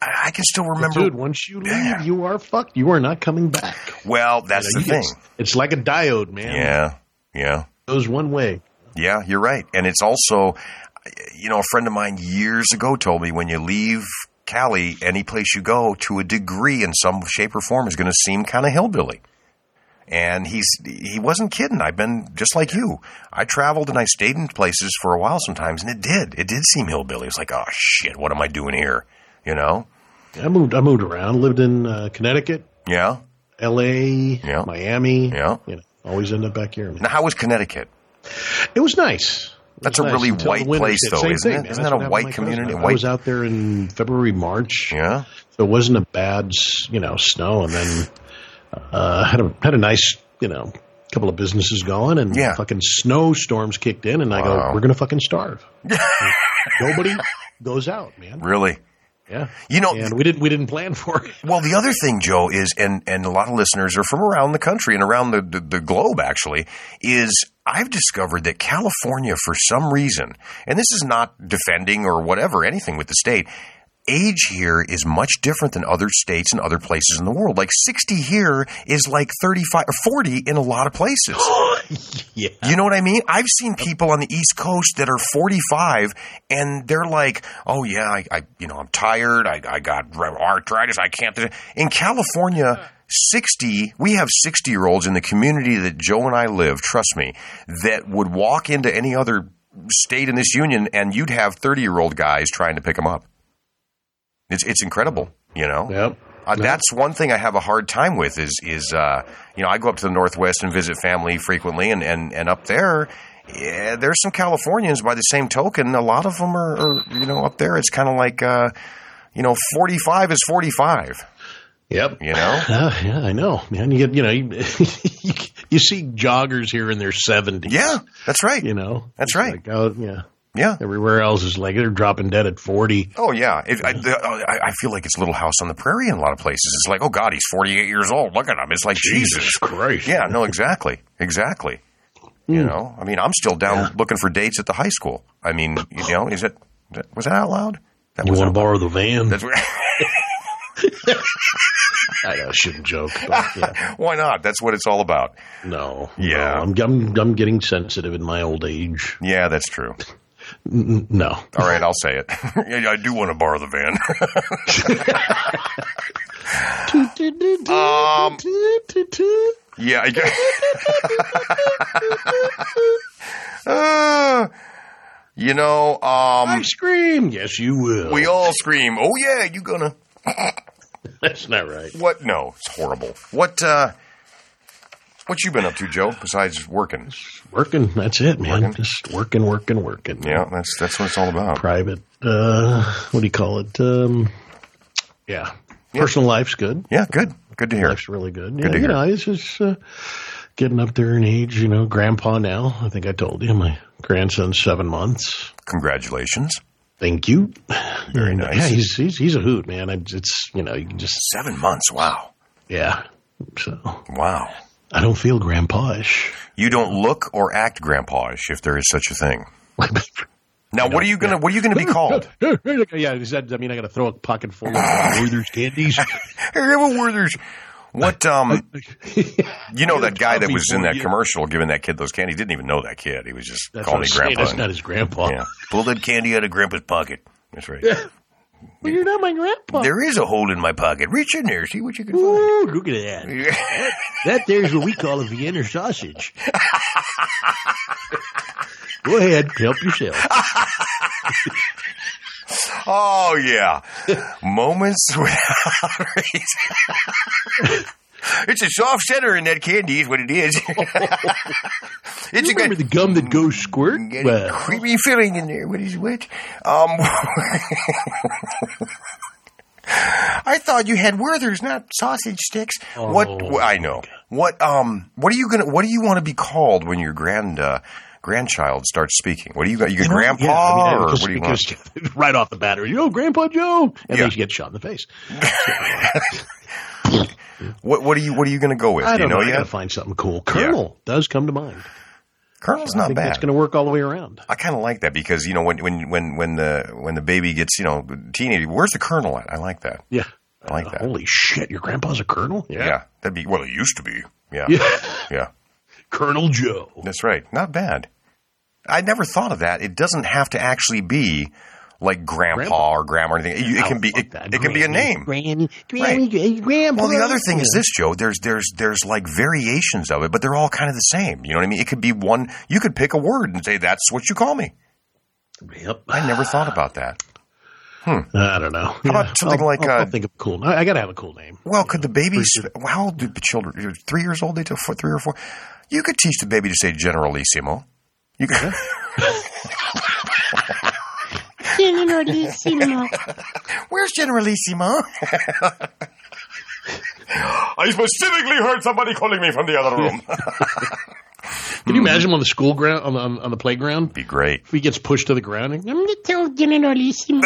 B: I I can still remember.
E: Dude, once you leave,
B: Yeah.
E: you are fucked. You are not coming back.
B: well, that's
E: You
B: the
E: know, you
B: thing.
E: get- It's like a diode, man.
B: Yeah, yeah,
E: It goes one way.
B: yeah. You're right, and it's also, you know, a friend of mine years ago told me when you leave Cali, any place you go, to a degree in some shape or form, is going to seem kind of hillbilly. And he's he wasn't kidding. I've been just like you. I traveled and I stayed in places for a while sometimes, and it did. It did seem hillbilly. It's like, oh shit, what am I doing here? You know?
E: I moved. I moved around. Lived in uh, Connecticut,
B: Yeah.
E: L.A.,
B: Yeah.
E: Miami.
B: Yeah.
E: You know, always end up back here. man.
B: Now, how was Connecticut?
E: It was nice. It
B: That's
E: was
B: a
E: nice
B: really
E: until the
B: white
E: winter
B: place,
E: hit.
B: though,
E: Same
B: isn't it?
E: thing, man.
B: Isn't
E: That's
B: that
E: what
B: a
E: happened to
B: white
E: my cousin.
B: community?
E: I
B: White-
E: was out there in February, March.
B: Yeah.
E: So it wasn't a bad, s- you know, snow, and then uh, had a had a nice, you know, couple of businesses going, and
B: Yeah.
E: fucking snowstorms kicked in, and I
B: Wow.
E: go, we're gonna fucking starve. Nobody goes out, man.
B: Really?
E: Yeah,
B: You know,
E: and we didn't we didn't plan for it.
B: well, the other thing, Joe, is, and, and a lot of listeners are from around the country and around the, the, the globe, actually, is I've discovered that California, for some reason, and this is not defending or whatever, anything with the state, age here is much different than other states and other places in the world. Like 60 here is like 35 or 40 in a lot of places.
E: Yeah.
B: You know what I mean? I've seen people on the East Coast that are 45 and they're like, "Oh yeah, I, I you know, I'm tired. I, I got arthritis. I can't." do it." In California, 60, we have 60-year-olds in the community that Joe and I live, trust me, that would walk into any other state in this union and you'd have 30-year-old guys trying to pick them up. It's it's incredible, you know.
E: Yep.
B: Uh, that's one thing I have a hard time with is is uh, you know I go up to the Northwest and visit family frequently, and and and up there. Yeah, there's some Californians. By the same token, a lot of them are, are you know, up there. It's kind of like, uh, you know, 45 is 45.
E: Yep.
B: You know,
E: Uh, yeah, I know, man. You get, you know, you, you see joggers here in their seventies.
B: yeah, that's right.
E: you know,
B: That's
E: It's
B: right.
E: Like, oh, yeah.
B: Yeah.
E: Everywhere else is like they're dropping dead at forty.
B: Oh yeah. It, I, the, oh, I I feel like it's Little House on the Prairie in a lot of places. It's like, oh God, he's 48 years old. Look at him. It's like Jesus
E: Christ.
B: Yeah, no, exactly, exactly.
E: Hmm.
B: You know, I mean, I'm still down looking for dates at the high school. I mean, you know, is it that- was that out loud? That
E: You
B: was
E: want to
B: out-
E: borrow the van?
B: That's what-
E: I, know, I shouldn't joke. But yeah,
B: why not? That's what it's all about.
E: no.
B: Yeah.
E: No, I'm, I'm I'm getting sensitive in my old age.
B: Yeah, that's true.
E: N- No.
B: All right, I'll say it. Yeah, I do want to borrow the van. Um, yeah, I guess. Uh, you know,
E: I
B: um,
E: scream. Yes, you will.
B: we all scream, "Oh yeah, you gonna."
E: That's not right.
B: What? No, it's horrible. What? uh What you been up to, Joe? Besides working?
E: Working. That's it, man.
B: Working.
E: Just working, working, working.
B: Yeah, that's that's what it's all about.
E: Private. Uh, what do you call it? Um, yeah. Personal life's good.
B: Yeah, good, good to hear.
E: Life's really good.
B: to
E: Yeah, you
B: hear.
E: know, it's just uh, getting up there in age. You know, grandpa now. I think I told you my grandson's seven months.
B: Congratulations.
E: Thank you.
B: Very nice.
E: Yeah, he's he's, he's a hoot, man. I- It's you know you can just
B: Seven months. Wow,
E: yeah. So
B: wow.
E: I don't feel grandpa-ish.
B: You don't look or act grandpa-ish, if there is such a thing. Now, what are you gonna? What are you gonna be called?
E: yeah, does that, I mean I got to throw a pocket full of Werther's candies?
B: Hey, Evan Werther's. What? Um, you know that guy that was in that commercial giving that kid those candies. Didn't even know that kid. He was just
E: That's
B: calling
E: what
B: me
E: I'm saying,
B: grandpa.
E: That's not his grandpa.
B: yeah, pull that candy out of grandpa's pocket. That's right.
E: Well, you're not my grandpa.
B: There is a hole in my pocket. Reach in there, see what you can find.
E: Ooh, look at that. That there's what we call a Vienna sausage. Go ahead, help yourself.
B: Oh yeah, moments without reason. it's a soft center in that candy, is what it is. it's a
E: Remember
B: good.
E: the gum that goes squirt?
B: Mm, Get a
E: Well,
B: creepy feeling in there. What is what? Um, I thought you had Werther's, not sausage sticks. what
E: Oh,
B: I know. What um? What are you gonna? What do you want to be called when your grand uh, grandchild starts speaking? What do you got? You, got grandpa
E: Yeah, I mean,
B: or
E: just
B: what do you want?
E: because, Right off the bat, you know, Grandpa Joe, and
B: Yeah.
E: then she gets shot in the face.
B: What what are you what are you going to go with?
E: I
B: Do you
E: don't
B: know,
E: know. I gotta
B: yet?
E: find something cool. Colonel does come to mind.
B: Colonel's
E: I
B: not
E: think
B: bad.
E: that's going to work all the way around.
B: I kind of like that because you know when when when when the when the baby gets you know teenage, where's the colonel at? I like that.
E: Yeah.
B: I like that.
E: Holy shit! Your grandpa's a colonel.
B: yeah. that'd be well. It used to be. Yeah, yeah,
E: Yeah. Colonel Joe.
B: that's right. Not bad. I never thought of that. It doesn't have to actually be like grandpa,
E: Grandpa.
B: or grandma or anything. It, it can be
E: fuck
B: it,
E: that.
B: it can be a
E: Granny.
B: name.
E: Granny,
B: Granny,
E: Grandpa.
B: Well, the other thing is this, Joe. There's there's there's like variations of it, but they're all kind of the same. You know what I mean? It could be one. You could pick a word and say that's what you call me.
E: Yep.
B: I never thought about that.
E: I don't know. How
B: about something
E: I'll,
B: like,
E: I'll,
B: uh,
E: I'll think of a cool. I, I got to have a cool name.
B: Well, could the babies? How old do the children? you're Three years old? They took four, three or four. You could teach the baby to say Generalissimo. You could,
L: Generalissimo.
B: Where's Generalissimo? I specifically heard somebody calling me from the other room.
E: Can you
B: Mm-hmm.
E: imagine him on the school ground on the, on, on the playground?
B: Be great,
E: If he gets pushed to the ground, and,
L: I'm the tell Generalissimo.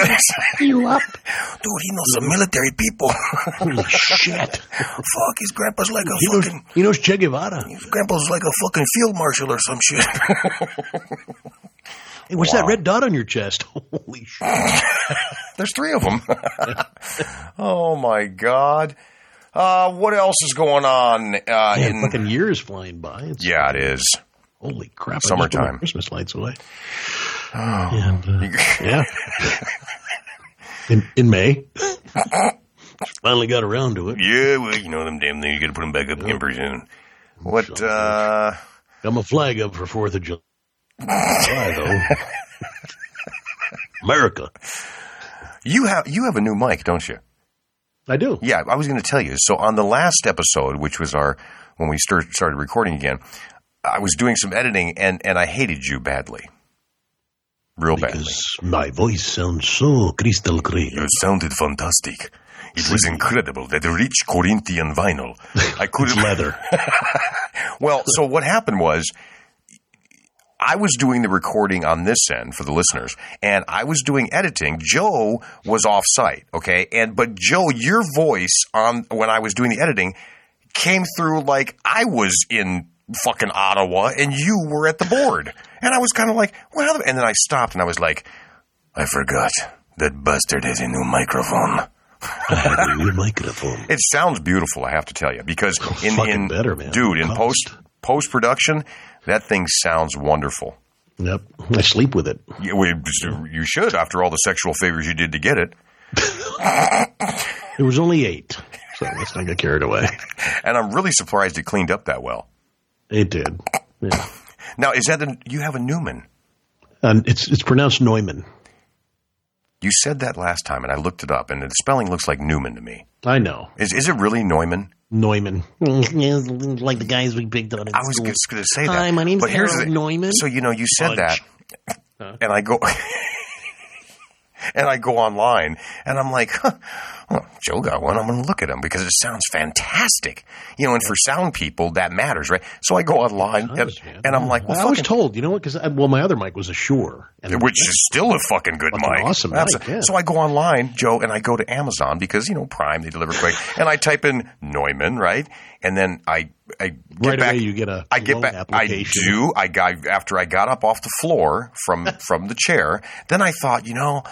L: you up.
B: dude. He knows some military people.
E: holy shit!
B: Fuck, his grandpa's like a
E: He knows,
B: fucking.
E: he knows Che Guevara.
B: His grandpa's like a fucking field marshal or some shit.
E: Hey, what's
B: Wow.
E: that red dot on your chest? Holy shit.
B: There's three of them. oh my god. Uh, what else is going on? Uh,
E: Man,
B: in
E: fucking years flying by. It's,
B: yeah, it is.
E: Holy crap. I just put my
B: Summertime. Oh.
E: Christmas lights away. And, uh, yeah. In, in May. Finally got around to it.
B: Yeah, well, you know them damn things. You got to put them back up again pretty soon. What?
E: Sure.
B: Uh,
E: Got my flag up for 4th of July, though. America.
B: you have you have a new mic, don't you?
E: I do.
B: Yeah, I was going to tell you. So on the last episode, which was our when we stir- started recording again, I was doing some editing and and I hated you badly, real badly.
E: Because my voice sounds so crystal clear.
B: It sounded fantastic. It was incredible. That rich Corinthian vinyl. I couldn't.
E: Leather.
B: Well, so what happened was I was doing the recording on this end for the listeners, and I was doing editing. Joe was off site, okay? And but Joe, your voice on when I was doing the editing came through like I was in fucking Ottawa and you were at the board. And I was kind of like, well, and then I stopped and I was like, I forgot that bastard has a new microphone.
E: I have a new microphone.
B: It sounds beautiful, I have to tell you, because in,
E: Fucking
B: in
E: better, man.
B: dude, in
E: Post.
B: post post production, that thing sounds wonderful.
E: Yep. I sleep with it.
B: You, we- you should, after all the sexual favors you did to get it.
E: There was only eight, so let's not get carried away.
B: And I'm really surprised it cleaned up that well.
E: It did. Yeah.
B: Now, is that the, you have a Newman?
E: And it's it's pronounced Neumann.
B: You said that last time, and I looked it up, and the spelling looks like Newman to me.
E: I know.
B: Is is it really Neumann?
E: Neumann.
M: Yeah, like the guys we picked on. in
B: I was
M: school.
B: just going to say that.
M: Hi, my name's
B: but here's
M: Harold
B: the-
M: Neumann.
B: So you know, you said that, and I go, and I go online, and I'm like, huh, well, Joe got one. I'm going to look at him because it sounds fantastic, you know. And for sound people, that matters, right? So I go online, and,
E: does, man.
B: and I'm like, well,
E: I was
B: fucking-
E: told, you know what? Because well, my other mic was a Shure, and
B: which is still a fucking good
E: Fucking
B: mic.
E: awesome mic, yeah.
B: So I go online, Joe, and I go to Amazon because you know Prime they deliver quick, and I type in Neumann, right? And then I, I get
E: right
B: back,
E: away you get a
B: I get
E: loan
B: back. I
E: application.
B: do. I got after I got up off the floor from from the chair. Then I thought, you know,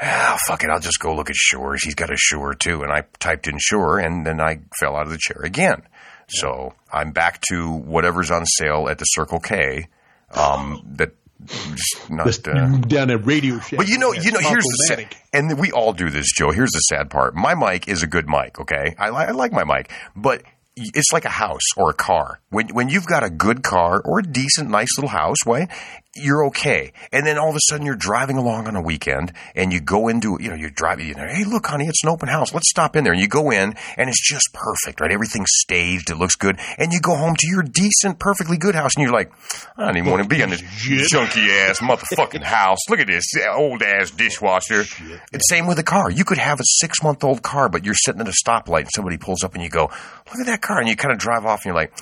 B: ah, fuck it. I'll just go look at Shores. He's got a Shure too. And I typed in Shure, and then I fell out of the chair again. So I'm back to whatever's on sale at the Circle K. Um, that not.
E: This-
B: Uh,
E: down at Radio Shack.
B: but you know,
E: Yeah,
B: you know, here's the sad,
E: problematic.
B: and we all do this, Joe. Here's the sad part. My mic is a good mic, okay? I, li- I like my mic, but y- it's like a house or a car. When when you've got a good car or a decent, nice little house, way you're okay. And then all of a sudden, you're driving along on a weekend, and you go into you know you're driving. You know, hey, look, honey, it's an open house. Let's stop in there. And you go in, and it's just perfect, right? Everything's staged. It looks good, and you go home to your decent, perfectly good house, and you're like, I don't even want to be in this junky ass motherfucking house. Look at this old ass dishwasher. And same with a car. You could have a six month old car, but you're sitting at a stoplight and somebody pulls up and you go, Look at that car. And you kind of drive off and you're like,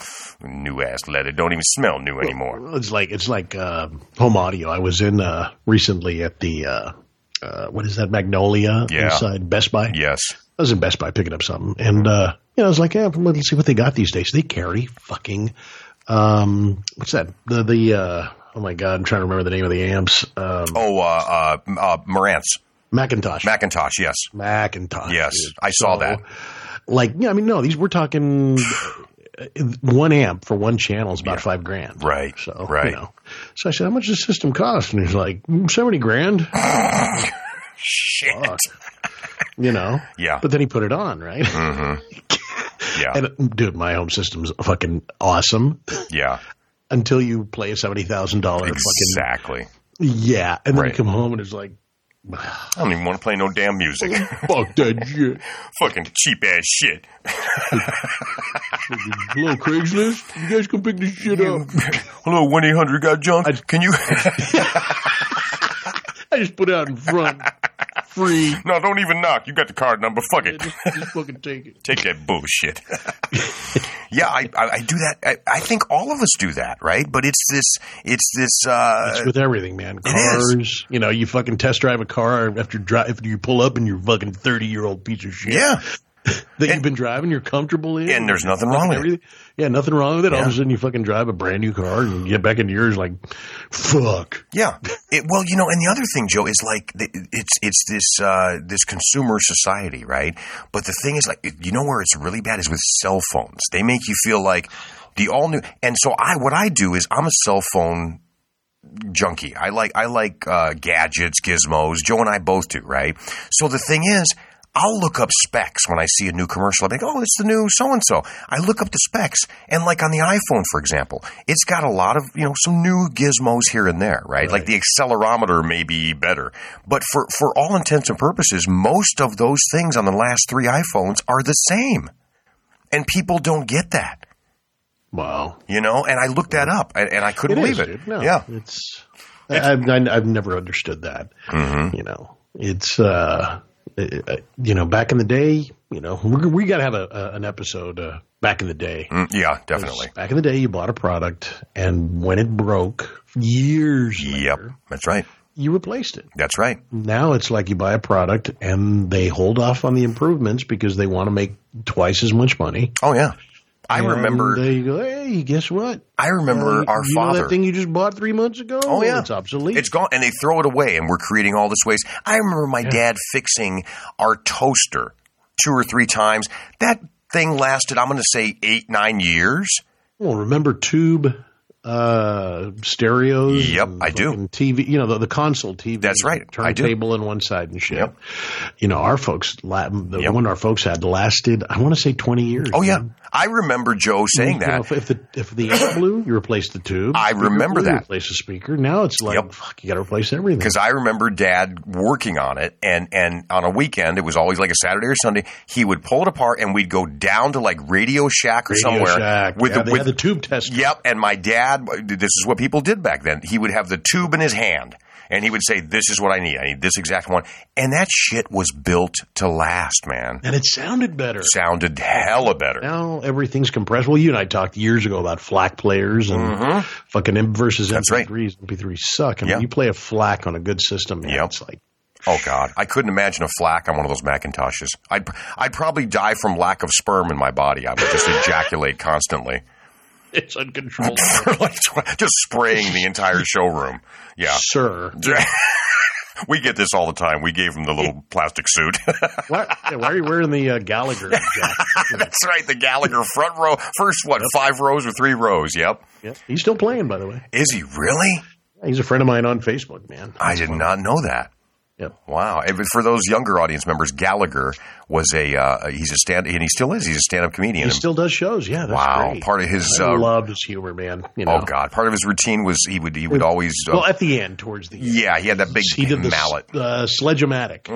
B: New ass leather. Don't even smell new anymore.
E: It's like it's like uh, home audio. I was in uh, recently at the uh, uh, what is that Magnolia
B: Yeah.
E: inside Best Buy.
B: Yes.
E: I was in Best Buy picking up something, and uh, you know, I was like, "Yeah, let's see what they got these days." They carry fucking um, what's that? The the uh, oh my god, I'm trying to remember the name of the amps. Um,
B: Oh, uh, uh, uh, Marantz.
E: Macintosh.
B: Macintosh. Yes.
E: Macintosh.
B: Yes.
E: dude.
B: I saw
E: So,
B: that.
E: Like, yeah, I mean, no, these we're talking uh, one amp for one channel is about five grand,
B: Right.
E: So,
B: Right.
E: You know. So I said, "How much does the system cost?" And he's like, "Mm, "70 grand."
B: Shit.
E: Fuck. you know.
B: Yeah. Mm.
E: But then he put it on, right?
B: Yeah.
E: And dude, my home system's fucking awesome
B: yeah.
E: until you play a seventy thousand dollar fucking
B: Exactly.
E: yeah, and then
B: Right.
E: you come home and it's like
B: I don't even want to play no damn music.
E: fuck that shit.
B: Fucking cheap ass shit.
E: Hello Craigslist, you guys can pick this shit up.
B: Hello, 1 800 got junk. Can you.
E: I just put it out in front, free.
B: no, don't even knock. You got the card number. Fuck it.
E: Just, just fucking take it.
B: Take that bullshit. yeah, I, I, I do that. I, I think all of us do that, right? But it's this, it's this. Uh,
E: It's with everything, man.
B: is.
E: Cars, you know, you fucking test drive a car after drive after you pull up and you're fucking thirty year old piece of shit.
B: yeah,
E: that you've been driving, you're comfortable in.
B: And there's nothing wrong with it.
E: Everything- Yeah, nothing wrong with it. All of a sudden, you fucking drive a brand new car and you get back into yours like, fuck.
B: Yeah. It, well, you know, and the other thing, Joe, is like the- it's it's this uh, this consumer society, right? But the thing is, like, you know, where it's really bad is with cell phones. They make you feel like the all new. And so, I what I do is I'm a cell phone junkie. I like I like uh, gadgets, gizmos. Joe and I both do, right? So the thing is, I'll look up specs when I see a new commercial. I'm like, oh, it's the new so and so. I look up the specs, and like on the iPhone, for example, it's got a lot of you know some new gizmos here and there, right? Like the accelerometer may be better, but for for all intents and purposes, most of those things on the last three iPhones are the same, and people don't get that.
E: Wow.
B: You know, and I looked that up, and, and I couldn't believe
E: is,
B: it.
E: dude. No,
B: yeah,
E: It's, I, I've, I, I've never understood that.
B: Mm-hmm.
E: You know, it's, uh, uh, you know, back in the day, you know, we, we got to have a, a, an episode uh, back in the day.
B: Mm, yeah, definitely.
E: Back in the day, you bought a product, and when it broke years
B: Yep,
E: later,
B: that's right.
E: you replaced it.
B: That's right.
E: Now it's like you buy a product and they hold off on the improvements because they want to make twice as much money.
B: Oh yeah, I
E: And
B: remember.
E: They go, hey, guess what?
B: I remember
E: Uh,
B: our
E: you know
B: father.
E: that thing you just bought three months ago?
B: Oh, yeah.
E: it's obsolete.
B: It's gone, and they throw it away, and we're creating all this waste. I remember my dad fixing our toaster two or three times. That thing lasted, I'm going to say, eight, nine years.
E: Well, remember tube uh, stereos?
B: Yep,
E: and
B: I do.
E: fucking TV, you know, the, the console TV.
B: That's right, I do.
E: Turntable on one side and shit.
B: Yep.
E: You know, our folks, la- the
B: Yep.
E: one our folks had lasted, I want to say 20 years.
B: Oh, yeah.
E: man.
B: I remember Joe saying
E: You know,
B: that.
E: if, if the if the amp blew, you replace the tube.
B: I
E: Speaker
B: remember
E: blew, you
B: that.
E: replace the speaker. Now it's like
B: Yep.
E: fuck, you got to replace everything.
B: Because I remember Dad working on it, and and on a weekend, it was always like a Saturday or Sunday. He would pull it apart, and we'd go down to like Radio Shack or
E: Radio
B: somewhere
E: Shack.
B: with
E: yeah,
B: the
E: they
B: with
E: had the tube test.
B: Yep. And my dad, this is what people did back then. He would have the tube in his hand and he would say, This is what I need. I need this exact one. And that shit was built to last, man.
E: and it sounded better.
B: Sounded hella better.
E: Now everything's compressed. Well, you and I talked years ago about FLAC players and fucking M versus
B: Mm-hmm. That's right.
E: MP3s. MP3s suck. And
B: Yeah.
E: when you play a FLAC on a good system, man,
B: Yep.
E: it's like
B: Oh, God. I couldn't imagine a flack on one of those Macintoshes. I'd, I'd probably die from lack of sperm in my body. I would just ejaculate constantly.
E: it's uncontrollable,
B: Like, just spraying the entire showroom. Yeah.
E: sir.
B: We get this all the time. We gave him the little plastic suit.
E: Why, yeah, why are you wearing the uh, Gallagher? jacket?
B: That's right. The Gallagher front row. First, what, five rows or three rows? Yep.
E: Yeah. He's still playing, by the way.
B: Is he really?
E: He's a friend of mine on Facebook, man.
B: I did not know that.
E: Yep.
B: Wow. And For those younger audience members, Gallagher was a uh, he's a stand and he still is. He's a stand up comedian.
E: He still does shows. Yeah, that's
B: wow.
E: great.
B: Part of his
E: I
B: uh,
E: love his humor, man. You know.
B: oh god, part of his routine was he would he would always uh,
E: Well, at the end, towards the end,
B: yeah he had that big
E: he did the
B: mallet.
E: uh, sledge-o-matic.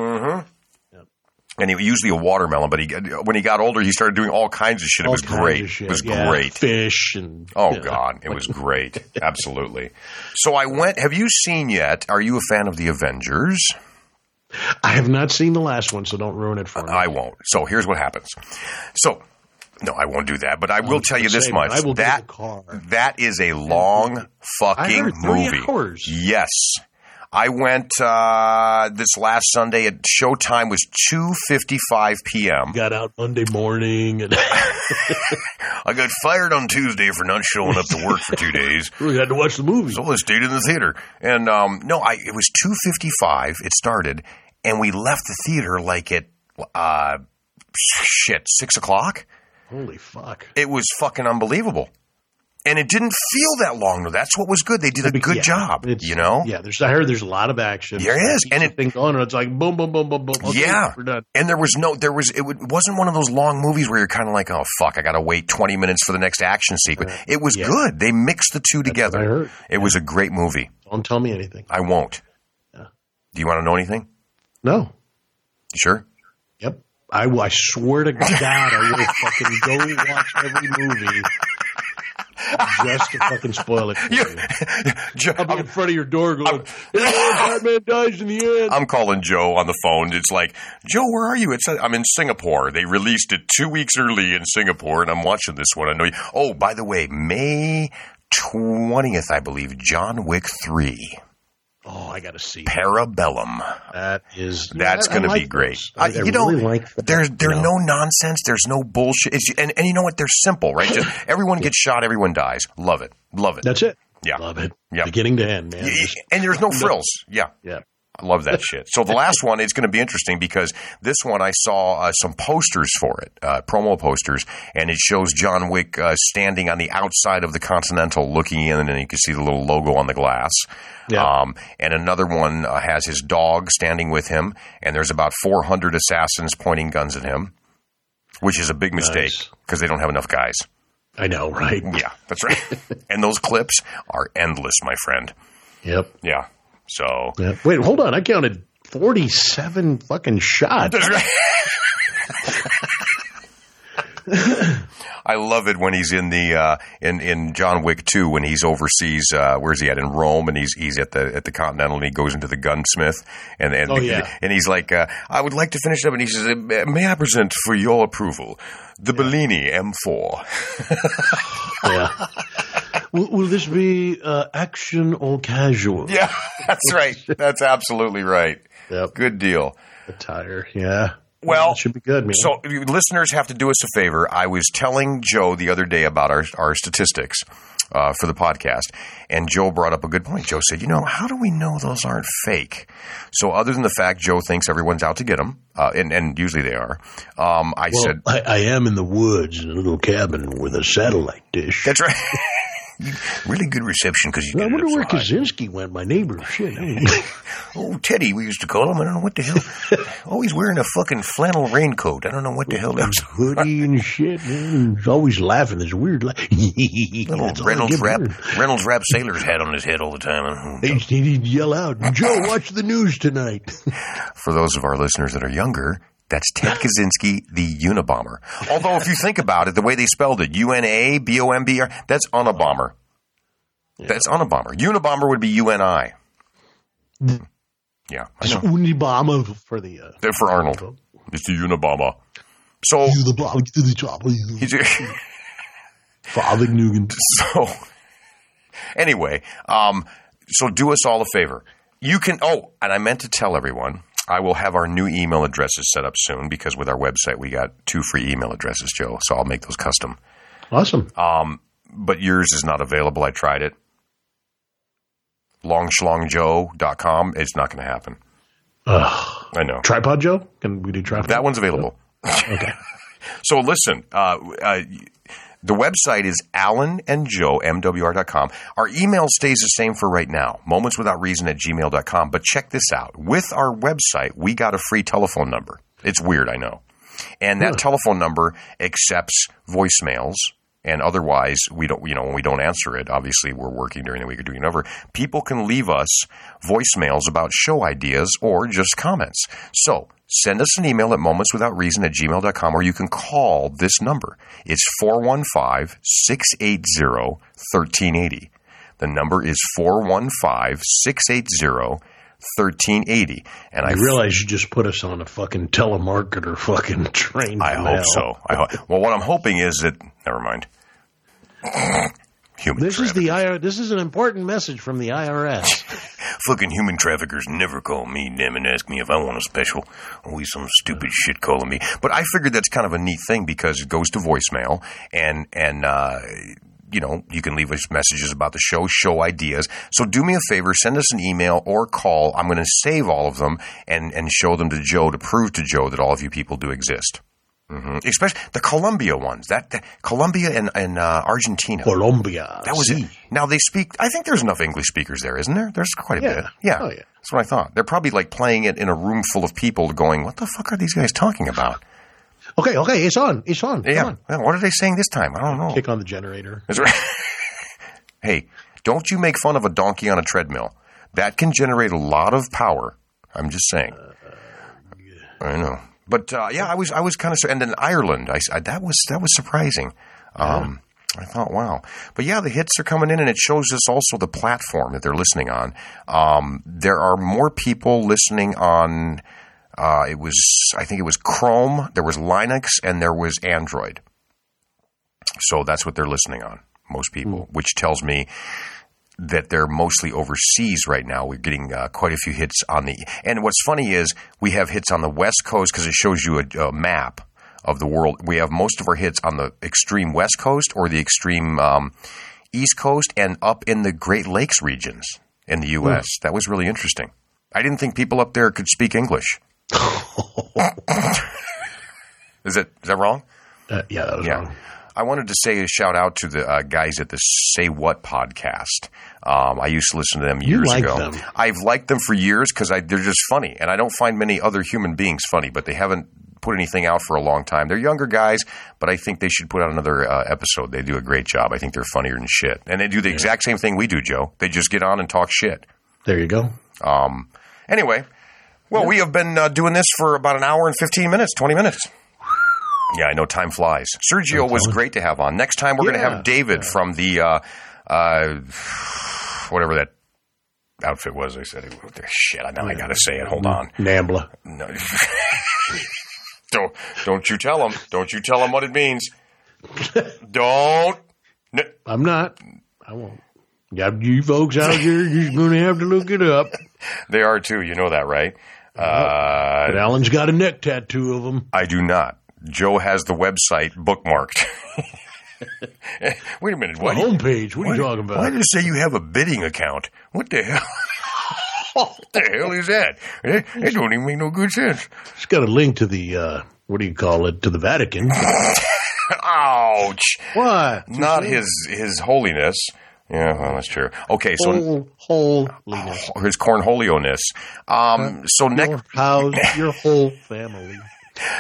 B: And he was usually a watermelon, but he when he got older, he started doing all kinds of shit.
E: all
B: it was
E: kinds
B: great.
E: of shit.
B: It was
E: Yeah,
B: great.
E: Fish and
B: Oh
E: yeah.
B: God, it was great. Absolutely. So I went. Have you seen yet? Are you a fan of the Avengers?
E: I have not seen the last one, so don't ruin it for me.
B: I won't. So here's what happens. So no, I won't do that. But I will
E: Oh,
B: tell you this
E: Say,
B: much:
E: I will get in
B: that
E: the car.
B: that is a long
E: I
B: fucking
E: heard three
B: movie.
E: hours.
B: Yes. I went uh, this last Sunday. At showtime was two fifty five p.m.
E: Got out Monday morning and
B: I got fired on Tuesday for not showing up to work for two days.
E: we had to watch the movie.
B: So I stayed in the theater, and um, no, I it was two fifty five. It started, and we left the theater like at uh, shit six o'clock.
E: Holy fuck!
B: It was fucking unbelievable, and it didn't feel that long. though. That's what was good. They did a good
E: Yeah,
B: job,
E: it's-
B: you know.
E: Yeah, there's. I heard there's a lot of action.
B: There is, and it-
E: thing going, and it's like boom, boom, boom, boom, boom. Okay,
B: Yeah.
E: we're done.
B: And there was no, there was, it would- wasn't one of those long movies where you're kind of like, oh fuck, I got to wait 20 minutes for the next action sequence. It was
E: yeah.
B: good. They mixed the two
E: That's what I
B: together.
E: heard.
B: It was a great movie.
E: Don't tell me anything.
B: I won't.
E: Yeah.
B: Do you want to know anything?
E: No.
B: You sure?
E: Yep. I, will- I swear to God, I will fucking go watch every movie just to fucking spoil it for you.
B: Jo-
E: I'll be in front of your door going, "Yeah, Batman dies in the end.
B: I'm calling Joe on the phone. It's like, Joe, where are you? It's I'm in Singapore. They released it two weeks early in Singapore, and I'm watching this one. I know you. Oh, by the way, May twentieth, I believe, John Wick three.
E: Oh, I got to see.
B: Parabellum.
E: That is
B: That's
E: I- I
B: going to
E: like
B: be great.
E: those.
B: I,
E: I,
B: you
E: I
B: know,
E: really like that,
B: there's there's
E: you know?
B: no nonsense. There's no bullshit. It's, and and you know what? They're simple, right? Just, everyone gets shot. Everyone dies. Love it. Love it.
E: That's it.
B: Yeah.
E: Love it.
B: Yeah.
E: Beginning to end, man.
B: Y-
E: Just-
B: y- And there's no frills. Yeah.
E: yeah.
B: I love that shit. So the last one, it's going to be interesting because this one I saw uh, some posters for it, uh, promo posters, and it shows John Wick uh, standing on the outside of the Continental, looking in, and you can see the little logo on the glass.
E: Yeah.
B: Um, and another one uh, has his dog standing with him, and there's about 400 assassins pointing guns at him, which is a big mistake
E: Nice.
B: because they don't have enough guys.
E: I know, right?
B: Yeah, that's right. and those clips are endless, my friend.
E: Yep.
B: Yeah. So
E: Yeah. Wait, hold on. I counted 47 fucking shots.
B: I love it when he's in the uh, in in John Wick two when he's overseas. Uh, where's he at in Rome? And he's he's at the at the Continental and he goes into the gunsmith and and,
E: Oh, yeah.
B: and he's like, uh, I would like to finish up. And he says, May I present for your approval the Bellini M four?
E: Yeah. will, will this be uh, action or casual?
B: Yeah, that's right. That's absolutely right.
E: Yep.
B: Good deal.
E: Attire. Yeah.
B: Well,
E: It should be good, man.
B: So you listeners have to do us a favor. I was telling Joe the other day about our our statistics uh, for the podcast, and Joe brought up a good point. Joe said, "You know, how do we know those aren't fake?" So other than the fact Joe thinks everyone's out to get him, uh, and and usually they are. Um, I
E: well,
B: said,
E: I, I am in the woods in a little cabin with a satellite dish.
B: "That's right." really good reception because you.
E: I
B: did it
E: wonder
B: up so
E: where
B: high.
E: Kaczynski went, my neighbor. Shit.
B: Oh, Teddy, we used to call him. I don't know what the hell. Always wearing a fucking flannel raincoat. I don't know what the hell that was.
E: hoodie and shit, man. He's always laughing. There's a weird laugh.
B: Little
E: That's all I
B: Reynolds
E: give
B: wrap,
E: her.
B: Reynolds wrap sailor's hat on his head all the time. I don't know.
E: They just need to yell out, Joe, watch the news tonight.
B: For those of our listeners that are younger, that's Ted Kaczynski, the Unabomber. Although, if you think about it, the way they spelled it, U N A B O M B R, that's Unabomber. That's Unabomber. Unabomber would be U N I. Yeah, Mm. I
E: It's
B: know.
E: Unibomber for the. Uh,
B: They're for Arnold. It's the Unabomber. So,
E: you the bomb, get to the top.
B: he's,
E: Father Nugent.
B: so anyway, um, so do us all a favor. You can. Oh, and I meant to tell everyone. I will have our new email addresses set up soon because with our website we got two free email addresses, Joe. So I'll make those custom. Um,
E: Awesome.
B: But yours is not available. I tried it. Longschlongjoe.com. It's not going to happen.
E: Ugh.
B: I know.
E: tripod, Joe? Can we do tripod?
B: That one's available.
E: Okay.
B: So listen, uh, uh, the website is allenandjoemwr.com. Our email stays the same for right now, momentswithoutreason at gmail.com. But check this out. With our website, we got a free telephone number. It's weird, I know. And that telephone number accepts voicemails. And otherwise, we don't, you know, when we don't answer it, obviously we're working during the week or doing whatever. People can leave us voicemails about show ideas or just comments. So send us an email at momentswithoutreason at gmail.com or you can call this number. It's 415 680 1380. The number is 415 680 1380. And I
E: I realize you just put us on a fucking telemarketer fucking train.
B: I
E: from
B: hope
E: hell.
B: so. I ho- well, what I'm hoping is that. Never mind. human
E: This is
B: traffic-
E: the IR. This is an important message from the IRS.
B: fucking human traffickers never call me them and ask me if I want a special. Always some stupid shit calling me. But I figured that's kind of a neat thing because it goes to voicemail and and. Uh, you know, you can leave us messages about the show, show ideas. So do me a favor, send us an email or call. I'm going to save all of them and, and show them to Joe to prove to Joe that all of you people do exist. hmm Especially the Colombia ones, that, that Colombia and, and uh, Argentina.
E: Colombia.
B: That was it. Now they speak. I think there's enough English speakers there, isn't there? There's quite a
E: Yeah.
B: bit. Yeah.
E: Oh, yeah.
B: That's what I thought. They're probably like playing it in a room full of people, going, "What the fuck are these guys talking about?"
E: Okay, okay, it's on. It's on. Come
B: Yeah.
E: on.
B: yeah. What are they saying this time? I don't know.
E: Kick on the generator.
B: That's right. hey, don't you make fun of a donkey on a treadmill? That can generate a lot of power. I'm just saying. I know. But uh, yeah, I was I was kind of and then Ireland, I, I- that was that was surprising. Um, I thought, wow. But yeah, the hits are coming in, and it shows us also the platform that they're listening on. Um, there are more people listening on. Uh, it was I think it was Chrome. There was Linux, and there was Android. So that's what they're listening on. Most people, which tells me that they're mostly overseas right now. We're getting uh, quite a few hits on the. And what's funny is we have hits on the West Coast because it shows you a, a map of the world. We have most of our hits on the extreme West Coast or the extreme um, East Coast and up in the Great Lakes regions in the U.S. That was really interesting. I didn't think people up there could speak English. is it is that wrong?
E: Uh, yeah, that was
B: Yeah.
E: wrong.
B: I wanted to say a shout out to the uh, guys at the Say What podcast. Um, I used to listen to them
E: You
B: years
E: like
B: ago.
E: them.
B: I've liked them for years because they're just funny, and I don't find many other human beings funny. But they haven't put anything out for a long time. They're younger guys, but I think they should put out another uh, episode. They do a great job. I think they're funnier than shit, and they do the exact same thing we do, Joe. They just get on and talk shit.
E: There you go.
B: Um, Anyway, well, we have been uh, doing this for about an hour and 15 minutes, 20 minutes. Yeah, I know time flies. Sergio was great to have on. Next time, we're going to
E: Yeah.
B: have David from the, uh, uh, whatever that outfit was. I said, what the shit, I know I got to say it. Hold on.
E: Nambla.
B: No. don't, don't you tell him. Don't you tell him what it means. Don't.
E: I'm not. I won't. Yeah, you folks out here, you're going to have to look it up.
B: They are too. You know that, right? Uh,
E: But Alan's got a neck tattoo of them.
B: I do not. Joe has the website bookmarked. Wait a minute. Why,
E: The homepage. What are
B: why-
E: you talking about?
B: Why do you say you have a bidding account? What the hell? what the hell is that? It, it don't even make no good sense.
E: It's got a link to the uh, what do you call it? To the Vatican.
B: Ouch!
E: Why?
B: Not his his holiness. Yeah, well, that's true. Okay, so
E: Whole, holiness.
B: his cornholioness. Um, so next
E: Your house, your whole family.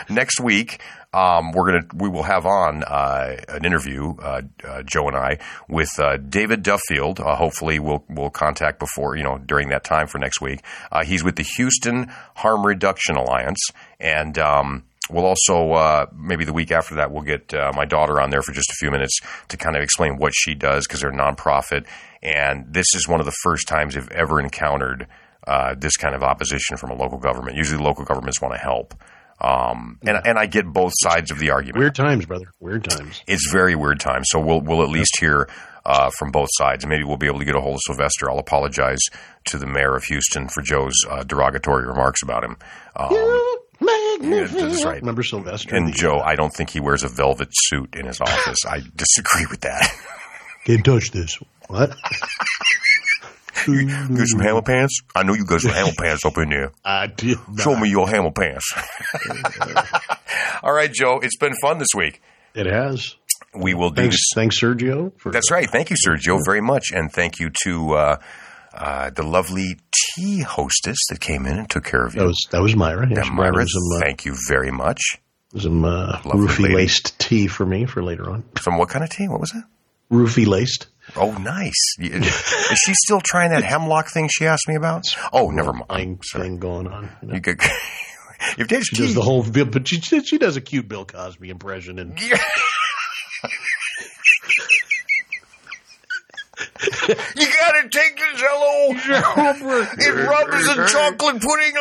B: next week um, we're gonna we will have on uh, an interview uh, uh, Joe and I with uh, David Duffield. Uh, hopefully we'll we'll contact before you know during that time for next week. Uh, he's with the Houston Harm Reduction Alliance and. Um, We'll also uh, maybe the week after that we'll get uh, my daughter on there for just a few minutes to kind of explain what she does because they're a nonprofit, and this is one of the first times they've ever encountered uh, this kind of opposition from a local government. Usually, the local governments want to help, um, and and I get both sides of the argument.
E: Weird times, brother. Weird times.
B: It's very weird time. So we'll we'll at least hear uh, from both sides. Maybe we'll be able to get a hold of Sylvester. I'll apologize to the mayor of Houston for Joe's uh, derogatory remarks about him. Um, yeah, that's right.
E: Remember Sylvester?
B: And
E: The-
B: Joe, I don't think he wears a velvet suit in his office. I disagree with that.
E: Can't touch this. What?
B: You got some hammer pants? I know you got some hammer pants up in there.
E: I did not.
B: Show me your hammer pants. All right, Joe. It's been fun this week.
E: It has.
B: We will do
E: Thanks,
B: this.
E: thanks, Sergio. For
B: That's right. Thank you, Sergio, very much, and thank you to uh, uh, the lovely tea hostess that came in and took care of you.
E: That was that was Myra. Yeah,
B: And
E: she brought
B: Myra,
E: Oh, in some uh,
B: thank you very much.
E: some uh,
B: Lovely lady.
E: roofy laced tea for me for later on.
B: From what kind of tea? What was that?
E: Roofy laced.
B: Oh, nice. Y- Is she still trying that hemlock thing she asked me about? Oh, never
E: thing,
B: mind. Sorry.
E: thing going on. you know.
B: You could, if there's
E: She does
B: tea-
E: the whole, Bill- but she she does a cute Bill Cosby impression, and
B: You gotta take the jello. it rubs the chocolate pudding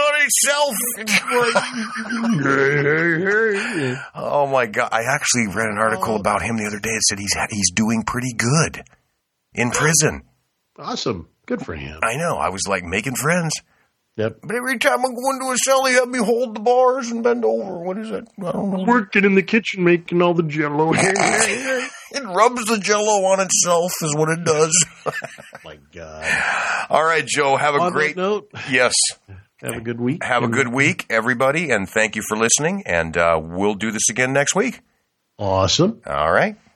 B: on itself. oh my god! I actually read an article
E: Oh.
B: about him the other day. It said he's he's doing pretty good in prison.
E: awesome, good for him.
B: I know. I was like making friends.
E: Yep.
B: But every time I go into a cell, they have me hold the bars and bend over. What is it? I don't know.
E: Working in the kitchen, making all the jello.
B: It rubs the jello on itself, is what it does.
E: My God.
B: All right, Joe. Have a
E: On
B: great.
E: that note,
B: Yes.
E: have a good week.
B: Have a
E: and
B: good week, everybody, and thank you for listening. And uh, we'll do this again next week.
E: Awesome.
B: All right.